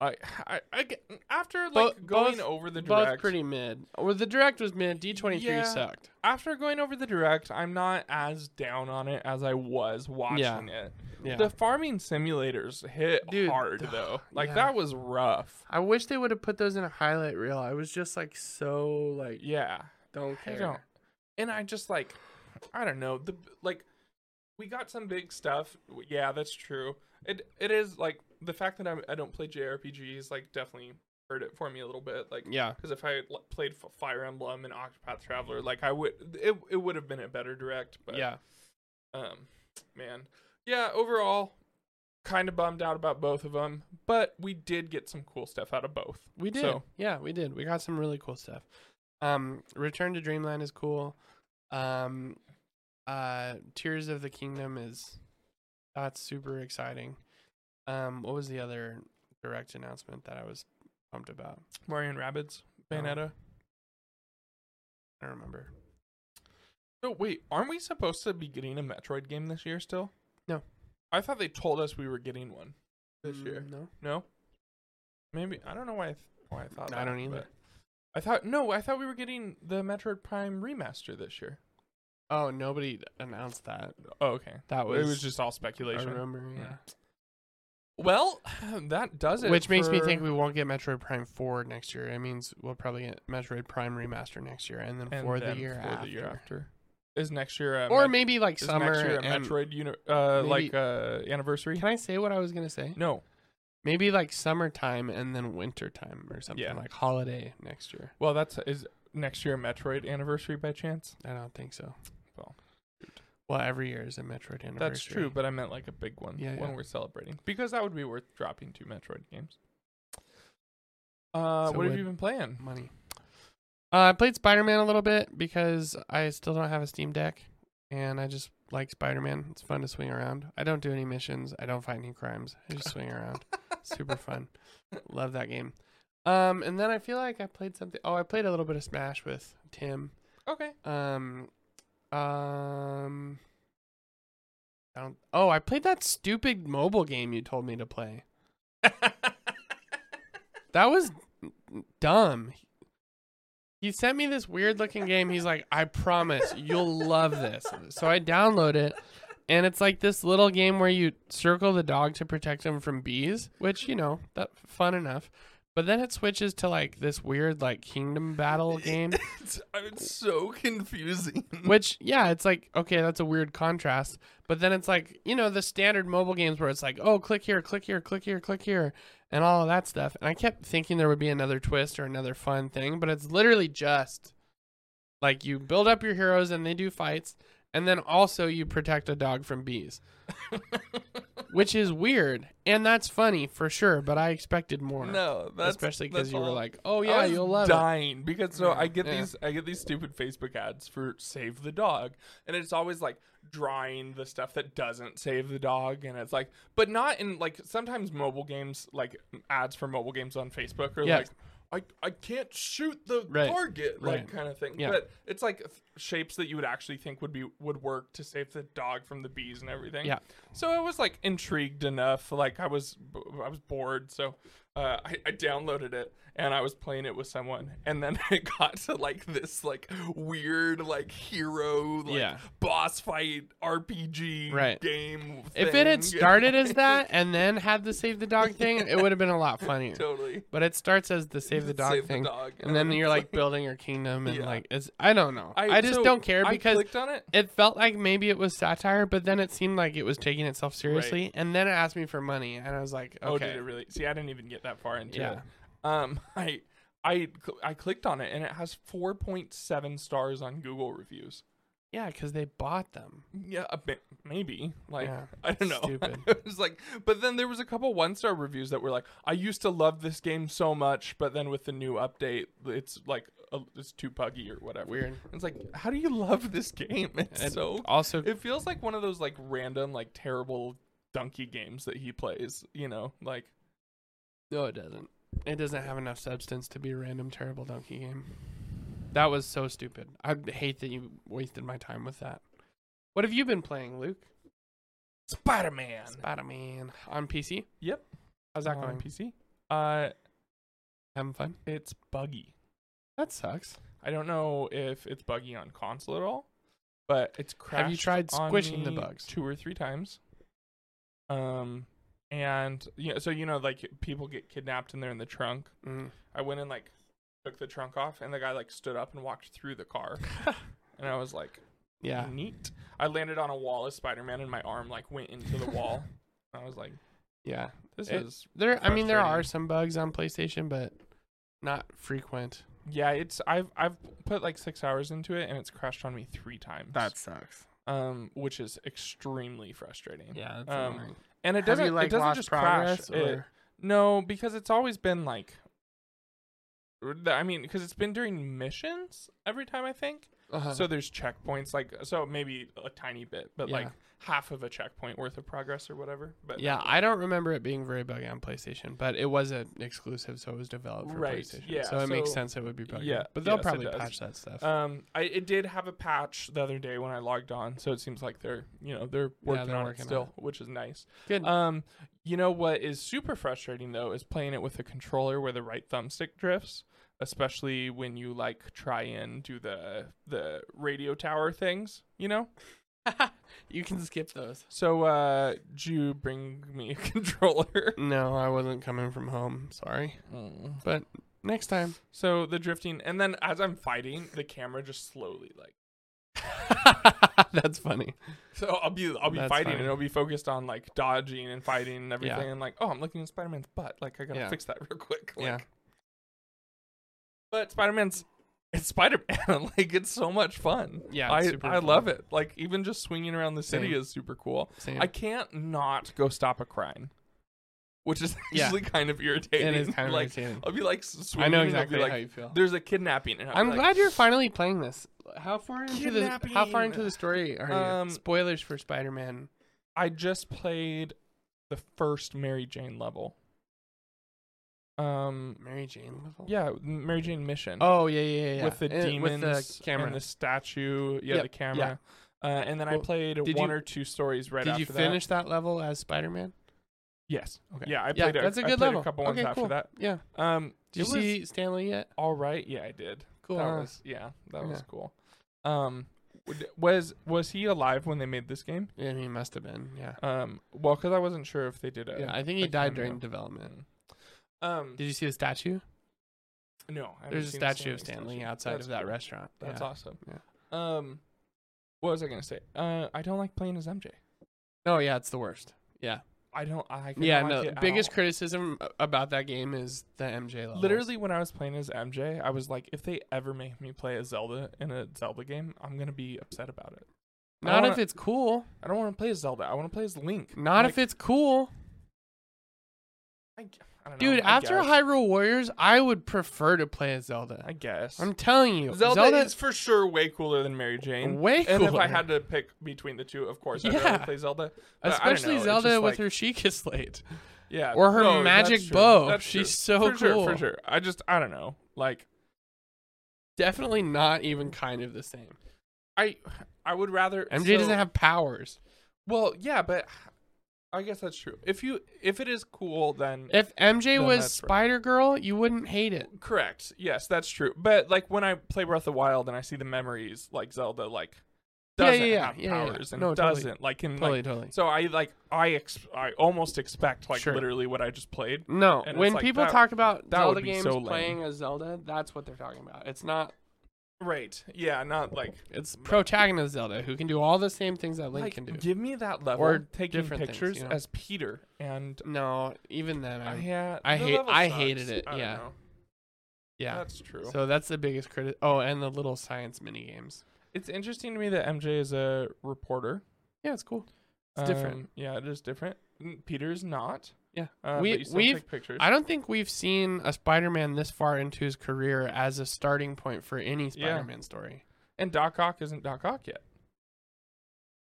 B: I, I, I get- after like
A: Both-
B: going
A: both-
B: over the
A: Both
B: direct,
A: pretty mid. Or the direct was mid. D twenty three
B: Yeah.
A: sucked.
B: after going over the direct, I'm not as down on it as I was watching it.
A: Yeah.
B: The farming simulators hit
A: Dude,
B: hard though. Like
A: yeah.
B: that was rough.
A: I wish they would have put those in a highlight reel. I was just like so like
B: Yeah.
A: don't
B: I
A: care.
B: don't. And I just like, I don't know. The like, we got some big stuff. W- Yeah, that's true. It it is like the fact that I'm, I don't play JRPGs like definitely hurt it for me a little bit. Like,
A: Yeah.
B: because if I had l- played F- Fire Emblem and Octopath Traveler, like I would, it it would have been a better direct. But
A: yeah.
B: um, man, yeah. Overall, kind of bummed out about both of them, but we did get some cool stuff out of both.
A: We did.
B: So-
A: Yeah, we did. We got some really cool stuff. Um, Return to Dreamland is cool. Um, uh, Tears of the Kingdom is that's super exciting. Um, what was the other direct announcement that I was pumped about?
B: Mario and Rabbids,
A: No.
B: Bayonetta.
A: I don't remember.
B: So Oh, wait, aren't we supposed to be getting a Metroid game this year still?
A: No.
B: I thought they told us we were getting one this year.
A: Mm, No.
B: No. Maybe I don't know why I th- why I thought.
A: I
B: that,
A: don't either.
B: but- I thought no, I thought we were getting the Metroid Prime remaster this year.
A: Oh, nobody announced that.
B: Oh, okay.
A: That
B: It
A: was,
B: was just all
A: I
B: speculation.
A: remember. Yeah.
B: Well, that does it.
A: Which makes me
B: for-
A: think we won't get Metroid Prime 4 next year. It means we'll probably get Metroid Prime Remaster next year and then
B: and
A: for
B: then
A: the year
B: for
A: after.
B: the year after is next year a
A: Or
B: Met-
A: maybe like
B: is
A: summer.
B: next year a
A: and-
B: Metroid uni- uh,
A: maybe-
B: like uh, anniversary.
A: Can I say what I was gonna say?
B: No.
A: Maybe like summertime and then wintertime or something
B: Yeah.
A: like holiday next year.
B: Well, that's is next year a Metroid anniversary by chance?
A: I don't think so.
B: Well, shoot.
A: well, every year is a Metroid anniversary.
B: That's true, but I meant like a big one
A: Yeah,
B: when
A: yeah.
B: we're celebrating because that would be worth dropping two Metroid games. Uh,
A: So
B: what have
A: would-
B: you been playing?
A: money. Uh, I played Spider Man a little bit because I still don't have a Steam Deck, and I just like Spider Man. It's fun to swing around. I don't do any missions. I don't fight any crimes. I just swing around. Super fun. Love that game. Um, and then I feel like I played something. Oh, I played a little bit of Smash with Tim.
B: Okay,
A: Um, um, I don't. Oh, I played that stupid mobile game you told me to play. That was dumb. He sent me this weird looking game. He's like, I promise you'll love this. So I download it, and it's like this little game where you circle the dog to protect him from bees, which you know that fun enough. But then it switches to like this weird like kingdom battle game.
B: it's, I mean, it's so confusing.
A: Which, yeah, it's like, okay, that's a weird contrast. But then it's like, you know, the standard mobile games where it's like, oh, click here, click here, click here, click here, and all of that stuff. And I kept thinking there would be another twist or another fun thing, but it's literally just like you build up your heroes and they do fights, and then also you protect a dog from bees, which is weird. And that's funny for sure, but I expected more.
B: no, that's
A: especially
B: that's
A: because you were
B: all.
A: like, oh,
B: I
A: yeah,
B: was
A: you'll love it.
B: dying because so I get
A: Yeah.
B: these I get these stupid Facebook ads for save the dog, and it's always like drawing the stuff that doesn't save the dog, and it's like, but not in like sometimes mobile games like ads for mobile games on Facebook are
A: Yeah.
B: like. I, I can't shoot the
A: Right.
B: target like
A: Right.
B: kind of thing
A: Yeah.
B: but it's like th- shapes that you would actually think would be would work to save the dog from the bees and everything
A: Yeah.
B: so I was like intrigued enough. Like I was, I was bored, so uh, I, I downloaded it and I was playing it with someone, and then it got to like this like weird like hero like
A: Yeah.
B: boss fight RPG
A: Right.
B: game.
A: If it had
B: thing.
A: started as that and then had the save the dog thing, it would have been a lot funnier.
B: totally
A: But it starts as the save the dog
B: Save the
A: thing,
B: dog.
A: and then
B: It's
A: you're like building your kingdom, and
B: Yeah.
A: like it's I don't know. I, just
B: so
A: don't care
B: I
A: because
B: clicked on it.
A: it felt like maybe it was satire, but then it seemed like it was taking itself seriously, and then it asked me for money, and I was like, okay,
B: Oh, did it really? See, I didn't even get that far into
A: Yeah.
B: it. Um, I. I, cl- I clicked on it and it has 4.7 stars on Google reviews.
A: yeah, because they bought them.
B: Yeah, a bit, maybe. Like
A: Yeah,
B: I don't know.
A: stupid.
B: it was like, but then there was a couple one star reviews that were like, "I used to love this game so much, but then with the new update, it's like a, it's too buggy or whatever."
A: Weird.
B: It's like, how do you love this game? It's
A: And
B: so.
A: also,
B: It feels like one of those like random like terrible donkey games that he plays. You know, like
A: no, it doesn't. It doesn't have enough substance to be a random terrible donkey game. That was so stupid. I hate that you wasted my time with that. What have you been playing, Luke?
B: Spider Man.
A: Spider Man on PC.
B: Yep.
A: How's that
B: on
A: going?
B: PC? Uh,
A: Having fun?
B: it's buggy.
A: That sucks.
B: I don't know if it's buggy on console at all, but it's crashed.
A: Have you tried
B: on
A: squishing the
B: me
A: bugs?
B: two or three times? Um, and you know, so you know, like people get kidnapped and they're in the trunk.
A: Mm.
B: I went and like took the trunk off, and the guy like stood up and walked through the car, and I was like,
A: Yeah.
B: neat." I landed on a wall as Spider Man, and my arm like went into the wall. I was like,
A: Yeah.
B: "This
A: It-
B: is
A: There I mean there are
B: Frustrating.
A: some bugs on PlayStation, but not frequent.
B: yeah." It's I've I've put like six hours into it, and it's crashed on me three times.
A: sucks.
B: um, which is extremely frustrating.
A: Yeah,
B: that's Um, annoying. And it doesn't it doesn't just crash. it- no, because it's always been like r- th- I mean, because it's been during missions every time I think.
A: uh
B: So there's checkpoints, like so maybe a tiny bit, but
A: Yeah.
B: like half of a checkpoint worth of progress or whatever. But
A: yeah, I don't remember it being very buggy on PlayStation, but it was an exclusive, so it was developed for
B: Right,
A: PlayStation.
B: yeah,
A: so it makes
B: so-
A: sense it would be buggy.
B: yeah,
A: but they'll
B: yes, it
A: probably
B: does.
A: patch that stuff.
B: um, I it did have a patch the other day when I logged on, so it seems like they're you know they're working
A: they're
B: on
A: working
B: it
A: on
B: still, which is nice.
A: Good.
B: Um, you know what is super frustrating though is playing it with a controller where the right thumbstick drifts, especially when you like try and do the the radio tower things. You know.
A: you can skip those.
B: So, uh, did you bring me a controller?
A: No, I wasn't coming from home. Sorry. But next time.
B: So the drifting, and then as I'm fighting, the camera just slowly like.
A: That's funny.
B: So I'll be I'll be
A: That's
B: fighting,
A: fine.
B: and it'll be focused on like dodging and fighting and everything,
A: Yeah.
B: and like, oh, I'm looking at Spider Man's butt. Like I gotta
A: Yeah.
B: fix that real quick. Like,
A: Yeah.
B: But Spider Man's it's Spider Man. like it's so much fun.
A: Yeah,
B: I
A: it's super
B: I love
A: fun.
B: it. Like even just swinging around the city
A: Same.
B: is super cool.
A: Same.
B: I can't not go stop a crime, which is
A: Yeah.
B: actually kind of irritating.
A: it is kind of
B: like,
A: irritating.
B: I'll be like s- swinging.
A: I know
B: and I'll be
A: exactly
B: like,
A: how you feel.
B: There's a kidnapping. And I'll be
A: I'm
B: like,
A: glad you're finally playing this. How far into the how far
B: Kidnapping.
A: into the story are you?
B: Um,
A: Spoilers for Spider-Man.
B: I just played the first Mary Jane level. Um,
A: Mary Jane level.
B: yeah, Mary Jane mission.
A: Oh yeah yeah yeah. yeah.
B: with the
A: And-
B: demons
A: with the camera.
B: and the statue. Yeah,
A: Yep,
B: the camera. Uh, and then I
A: Well,
B: played
A: did
B: one
A: you-
B: or two stories right
A: Did
B: after
A: you finish that. level as Spider-Man?
B: that. Yes.
A: Okay.
B: Yeah, I
A: Yeah,
B: played. a,
A: that's a
B: I
A: good
B: played
A: level.
B: A couple ones
A: Okay,
B: after
A: cool.
B: that.
A: Yeah.
B: Um,
A: Did you
B: it was
A: see Stanley yet?
B: All right. Yeah, I did.
A: Cool.
B: That
A: huh?
B: was yeah. That was
A: Yeah.
B: cool. Um, w- was was he alive when they made this game?
A: Yeah, he must have been. Yeah.
B: Um, well, because I wasn't sure if they did a
A: Yeah. I think he
B: a
A: died
B: cameo.
A: during development.
B: Um,
A: Did you see the statue?
B: no, I haven't
A: There's a
B: seen
A: statue of Stanley
B: Stanley statue.
A: outside
B: That's
A: of that
B: cool.
A: restaurant.
B: That's
A: yeah.
B: awesome. Um, what was I gonna say? Uh, I don't like playing as MJ.
A: No, Oh, yeah, it's the worst.
B: I don't. I can
A: Yeah,
B: like
A: no.
B: it at
A: Biggest
B: all.
A: criticism a- about that game is the MJ level.
B: Literally, when I was playing as MJ, I was like, if they ever make me play a Zelda in a Zelda game, I'm gonna be upset about it. I
A: Not
B: wanna-
A: if it's cool.
B: I don't want to play as Zelda. I want to play as Link.
A: Not
B: Like,
A: if it's cool.
B: I, g- I don't know,
A: Dude,
B: I
A: after
B: guess.
A: Hyrule Warriors, I would prefer to play as Zelda.
B: I guess
A: I'm telling you,
B: Zelda,
A: Zelda,
B: is for sure way cooler than Mary Jane.
A: way
B: And
A: cooler.
B: if I had to pick between the two, of course, I'd
A: Yeah.
B: rather play Zelda. But I don't
A: especially
B: know, it's
A: Zelda
B: just
A: with
B: like-
A: her Sheikah slate
B: Yeah.
A: or her
B: No, that's
A: magic
B: true.
A: bow.
B: That's
A: She's so
B: true. for
A: cool.
B: Sure, for sure. I just, I don't know. Like,
A: Definitely not even kind of the same.
B: I, I would rather.
A: MJ
B: so-
A: doesn't have powers.
B: Well, yeah, but I guess that's true. If you, if it is cool, then
A: If MJ
B: Then
A: was
B: that's right.
A: Spider Girl, you wouldn't hate it.
B: correct. Yes, that's true. But like when I play Breath of the Wild and I see the memories, like Zelda, like
A: Yeah, yeah,
B: doesn't
A: yeah.
B: have
A: Yeah, yeah, yeah.
B: powers and
A: No, totally.
B: doesn't like can like,
A: Totally, totally.
B: So I like I ex- I almost expect like
A: Sure.
B: literally what I just played.
A: No,
B: And it's
A: when
B: like,
A: people
B: that-
A: talk about
B: that would
A: Zelda
B: be
A: games
B: so lame.
A: playing as Zelda, that's what they're talking about. It's not.
B: Right. Yeah, not like
A: It's protagonist Zelda who can do all the same things that Link
B: like
A: can do.
B: give me that level
A: Or
B: taking
A: different things,
B: pictures
A: you know?
B: as Peter and
A: no, even then, I,
B: yeah,
A: I
B: the
A: hate-
B: level
A: I
B: sucks.
A: hated it,
B: I don't
A: yeah.
B: know.
A: yeah.
B: That's true.
A: So that's the biggest critic. Oh, and the little science mini games.
B: it's interesting to me that MJ is a reporter.
A: Yeah, it's cool. It's different.
B: Um, Yeah, it is different. Mm, Peter's not.
A: Yeah.
B: Uh,
A: We-
B: but you still
A: we've-
B: take pictures.
A: I don't think we've seen a Spider-Man this far into his career as a starting point for any
B: Yeah.
A: Spider-Man story.
B: and Doc Ock isn't Doc Ock yet.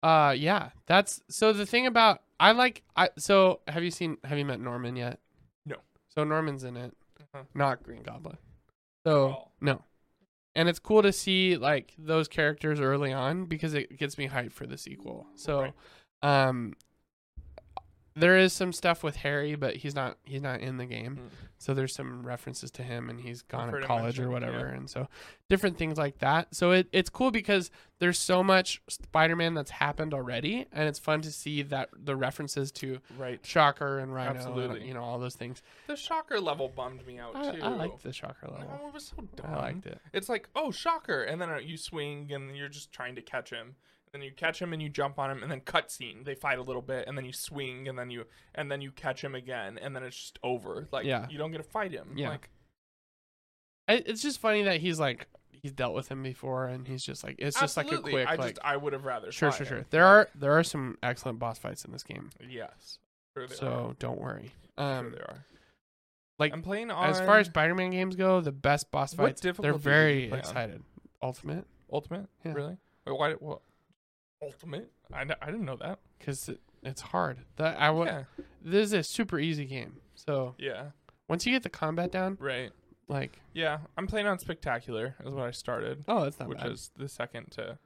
A: Uh, yeah. That's so the thing about I like I so have you seen have you met Norman yet?
B: No.
A: So Norman's in it,
B: Uh-huh. Oh.
A: not Green Goblin. So
B: all.
A: no. And it's cool to see like those characters early on because it gets me hyped for the sequel. So, um, there is some stuff with Harry, but he's not he's not in the game.
B: Mm.
A: So there's some references to him, and he's gone to
B: heard him
A: college or
B: mentioned, yeah.
A: whatever, and so different things like that. So it, it's cool because there's so much Spider-Man that's happened already, and it's fun to see that the references to
B: Right.
A: Shocker and Rhino,
B: Absolutely. Oh,
A: and, you know, all those things.
B: The shocker level bummed me out
A: I,
B: too.
A: I liked the Shocker
B: Like,
A: level.
B: oh, it was so dumb.
A: I liked it.
B: It's like, oh, shocker. And then uh, you swing and you're just trying to catch him. And then you catch him and you jump on him and then cutscene. They fight a little bit and then you swing and then you and then you catch him again and then it's just over. Like
A: Yeah.
B: you don't get to fight him.
A: Yeah.
B: Like
A: I, it's just funny that he's like he's dealt with him before, and he's just like it's just like a
B: absolutely,
A: quick
B: I
A: like
B: just I would have rather
A: sure,
B: fought
A: sure, sure.
B: him.
A: There are there are some excellent boss fights in this game,
B: Yes. Sure there
A: so don't worry.
B: are.
A: Um,
B: sure there are.
A: like,
B: I'm playing on
A: as far as Spider-Man games go, the best boss
B: What
A: fights. They're
B: difficulty did you
A: very
B: play on?
A: excited. Ultimate,
B: Ultimate?
A: Yeah.
B: Really? Wait, why did what Ultimate? I, d- I didn't know that.
A: because it, it's hard. That I wa-
B: yeah.
A: This is a super easy game. So
B: Yeah.
A: once you get the combat down,
B: Right.
A: like
B: Yeah. I'm playing on Spectacular is what I started.
A: oh, that's not
B: which
A: bad.
B: is the second to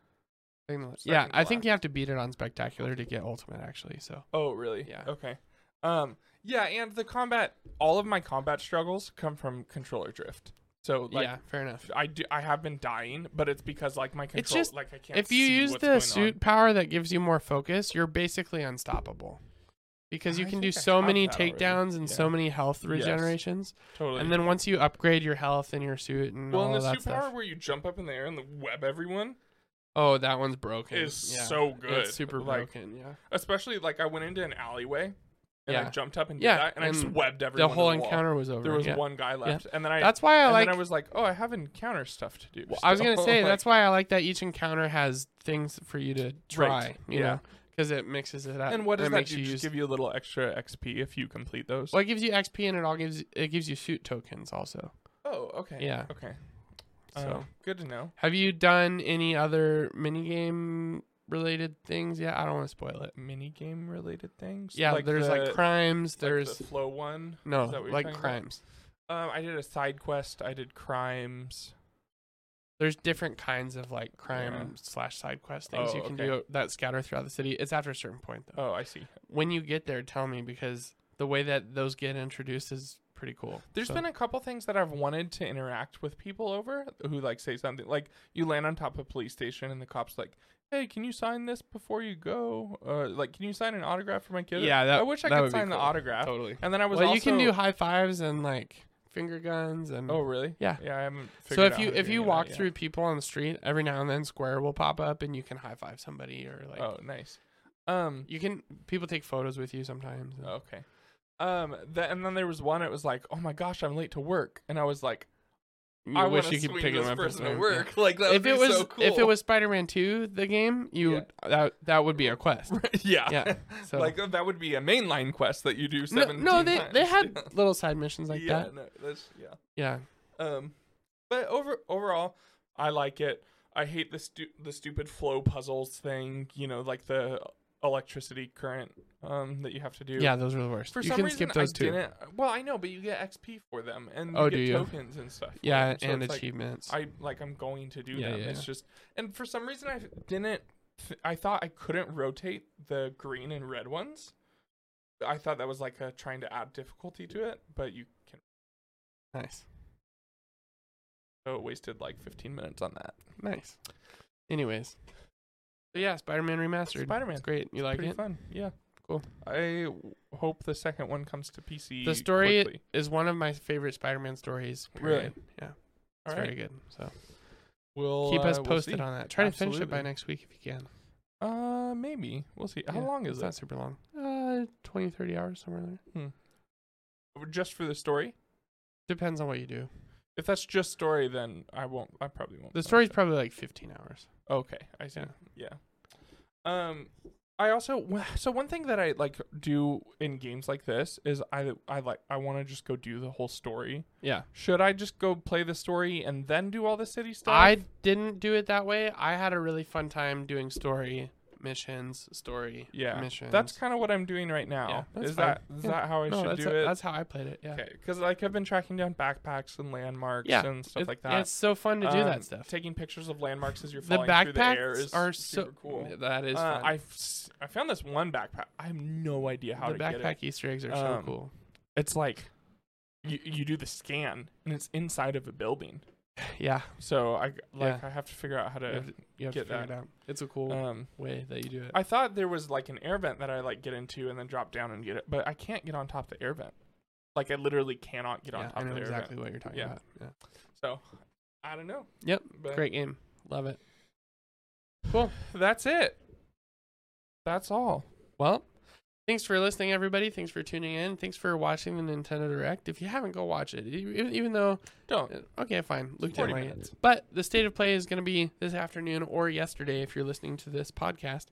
A: Thing to- yeah,
B: second
A: I think
B: last.
A: you have to beat it on spectacular to get ultimate actually. So
B: oh really
A: Yeah.
B: okay um yeah and the combat all of my combat struggles come from controller drift so like
A: yeah, fair enough.
B: i do i have been dying but it's because like my control
A: It's just-
B: like i can't
A: If you
B: see
A: use
B: what's
A: the
B: going
A: suit
B: on.
A: power that gives you more focus, you're basically unstoppable. Because you
B: I
A: can do
B: think I
A: so
B: have
A: many
B: that already.
A: takedowns and so
B: Yeah.
A: many health regenerations,
B: totally
A: and then once you upgrade your health and your suit and
B: well,
A: all
B: and the
A: of that
B: suit
A: stuff,
B: power where you jump up in the air and web everyone
A: oh, that one's broken.
B: is
A: yeah.
B: so good.
A: It's super
B: like,
A: broken. Yeah.
B: Especially like I went into an alleyway and I
A: Yeah. jumped
B: jumped up and
A: Yeah,
B: did that, and, I just
A: and
B: webbed
A: The
B: everyone.
A: whole
B: in the wall.
A: encounter was over.
B: There was
A: yeah.
B: one guy left, and then I
A: That's why I
B: and
A: like.
B: then I was like, oh, I have encounter stuff to do.
A: well, I was gonna
B: still.
A: say
B: Like,
A: that's why I like that each encounter has things for you to try. You
B: yeah.
A: know, because it mixes it up.
B: And what does
A: it
B: that
A: makes
B: do?
A: you
B: Just
A: use-
B: give you a little extra XP if you complete those.
A: well, it gives you XP and it all gives it gives you suit tokens also.
B: Oh, okay.
A: Yeah.
B: Okay.
A: So,
B: Um, good to know.
A: have you done any other minigame related things? Yeah, I don't want to spoil it.
B: Mini game related things.
A: Yeah, there's
B: the-
A: like crimes.
B: the
A: There's
B: flow one.
A: no
B: is that what you're
A: like
B: talking about?
A: crimes.
B: Um, I did a side quest. I did crimes.
A: There's different kinds of like crime slash side quest things
B: Oh,
A: you can
B: okay.
A: do that scatter throughout the city. It's after a certain point though.
B: Oh, I see.
A: when you get there, tell me because the way that those get introduced is pretty cool.
B: There's
A: There's
B: been a couple things that I've wanted to interact with people over who like say something like you land on top of a police station and the cops like, "Hey, can you sign this before you go?" Or like, "Can you sign an autograph for my kid?"
A: Yeah, that-
B: I wish I
A: that
B: could
A: would be
B: sign the
A: cool.
B: autograph.
A: totally.
B: And then I was
A: Well, you can
B: also-
A: do high fives and like finger guns and.
B: Oh, really?
A: Yeah.
B: Yeah, I haven't.
A: so
B: figured
A: if
B: out
A: you
B: how to
A: if
B: do
A: you
B: that
A: walk
B: yet.
A: through people on the street, every now and then Square will pop up and you can high five somebody or like
B: oh, nice. Um, oh,
A: you can people take photos with you sometimes. and-
B: okay. Um, that and then there was one. It was like, oh my gosh, I'm late to work, and I was like,
A: You
B: I
A: wish
B: wanna
A: you could
B: swing
A: pick
B: this
A: them up.
B: person
A: and
B: to
A: throw 'em-
B: work. Like that
A: yeah. If
B: would
A: it
B: be
A: was
B: so cool.
A: if it was Spider Man Two the game, you that that would be a quest.
B: yeah,
A: Yeah, so-
B: like uh, that would be a mainline quest that you do.
A: No,
B: 17
A: no, they they
B: times.
A: had little side missions like
B: yeah,
A: that.
B: No, that's yeah.
A: Yeah,
B: Um, but over overall, I like it. I hate the stu- the stupid flow puzzles thing. You know, like the electricity current um that you have to do.
A: yeah, those were the worst.
B: For
A: you
B: some
A: can
B: reason,
A: skip those
B: I
A: too.
B: didn't. Well, I know, but you get XP for them, and you
A: Oh,
B: get
A: do you?
B: tokens and stuff. for
A: Yeah,
B: them, so
A: and
B: it's like,
A: achievements.
B: I like. I'm going to do
A: Yeah,
B: them.
A: yeah,
B: it's
A: yeah.
B: just, and for some reason, I didn't. Th- I thought I couldn't rotate the green and red ones. I thought that was like uh trying to add difficulty to it, but you can.
A: nice,
B: So it wasted like 15 minutes on that.
A: nice. Anyways, so yeah, Spider-Man remastered.
B: Spider-Man.
A: It's great. You like
B: Pretty
A: it?
B: fun. Yeah.
A: Cool.
B: I w- hope the second one comes to PC.
A: The story
B: quickly.
A: is one of my favorite Spider-Man stories.
B: Really?
A: Period. Yeah,
B: All
A: it's
B: right.
A: very good. So
B: We'll
A: keep us
B: uh, we'll
A: posted
B: see.
A: on that. Try to finish it by
B: Absolutely.
A: next week if you can.
B: Uh, maybe we'll see. How
A: Yeah,
B: long is
A: It's
B: that?
A: not super long. Uh, 20, 30 hours somewhere in there.
B: Just for the story?
A: Depends on what you do.
B: If that's just story, then I won't. I probably won't.
A: The
B: finish
A: story's
B: it.
A: probably like fifteen hours.
B: Okay, I see. Yeah. Um, I also w- so one thing that I like do in games like this is I I like I want to just go do the whole story.
A: Yeah.
B: Should I just go play the story and then do all the city stuff?
A: I didn't do it that way. I had a really fun time doing story, missions, story.
B: Yeah,
A: missions.
B: that's kind of what I'm doing right now.
A: that's
B: is
A: fine.
B: that is
A: Yeah.
B: that how I
A: no,
B: should
A: that's
B: do
A: how-
B: it?
A: That's how I played it. Yeah,
B: okay, because like I've been tracking down backpacks and landmarks
A: Yeah,
B: and stuff
A: It-
B: like
A: yeah,
B: that.
A: It's so fun to do
B: Um,
A: that stuff.
B: Taking pictures of landmarks as you're
A: The
B: flying through the air
A: backpacks
B: is
A: are so
B: super cool.
A: That is
B: Uh,
A: fun.
B: I've s- I found this one backpack. I have no idea how
A: the
B: to get it.
A: backpack Easter eggs are so
B: Um,
A: cool.
B: It's like you, you do the scan and it's inside of a building.
A: Yeah,
B: So I g- like
A: Yeah.
B: I have to figure out how
A: you
B: to.
A: have to, you have to
B: get
A: figure
B: that.
A: it out. It's a cool
B: Um,
A: way that you do it.
B: I thought there was like an air vent that I like get into and then drop down and get it, but I can't get on top of the air vent. Like I literally cannot get on
A: yeah,
B: top
A: I
B: of
A: know
B: the air
A: exactly what you're talking
B: Yeah.
A: about. Yeah.
B: vent. So I don't know.
A: Yep,
B: But
A: Great game. Love it.
B: That's it. That's all.
A: Well, thanks for listening, everybody. Thanks for tuning in. Thanks for watching the Nintendo Direct. If you haven't, go watch it. E- Even, even though,
B: Don't.
A: okay, fine. Luke didn't
B: 40
A: like it.
B: minutes.
A: But the state of play is going to be this afternoon or yesterday if you're listening to this podcast.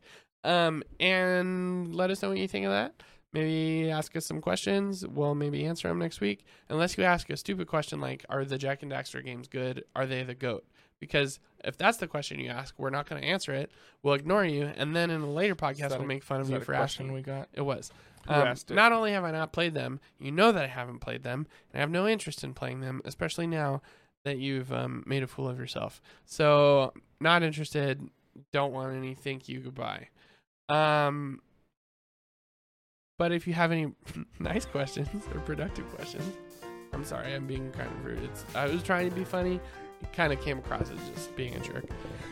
A: Um, and let us know what you think of that. Maybe ask us some questions. We'll maybe answer them next week. Unless you ask a stupid question like, "Are the Jack and Daxter games good? Are they the goat?" Because if that's the question you ask, we're not going to answer it. We'll ignore you, and then in a later podcast,
B: that
A: we'll
B: a-
A: make fun
B: Is
A: of you
B: that a
A: for asking.
B: question we got?
A: It was.
B: Who
A: Um,
B: asked it?
A: Not only have I not played them, you know that I haven't played them, and I have no interest in playing them, especially now that you've um, made a fool of yourself. So, not interested. Don't want any. Thank you. Goodbye. Um, but if you have any nice questions or productive questions, I'm sorry, I'm being kind of rude. It's, I was trying to be funny. It kind of came across as just being a jerk.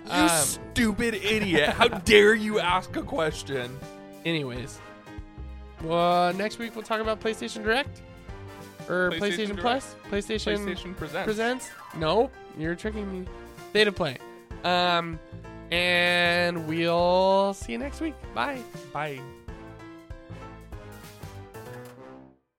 B: You
A: Um,
B: stupid idiot. How dare you ask a question?
A: Anyways, well, next week we'll talk about PlayStation Direct or PlayStation,
B: PlayStation
A: Plus, PlayStation,
B: PlayStation Presents.
A: Presents. Nope, you're tricking me. State of play. Um, and we'll see you next week. Bye.
B: Bye.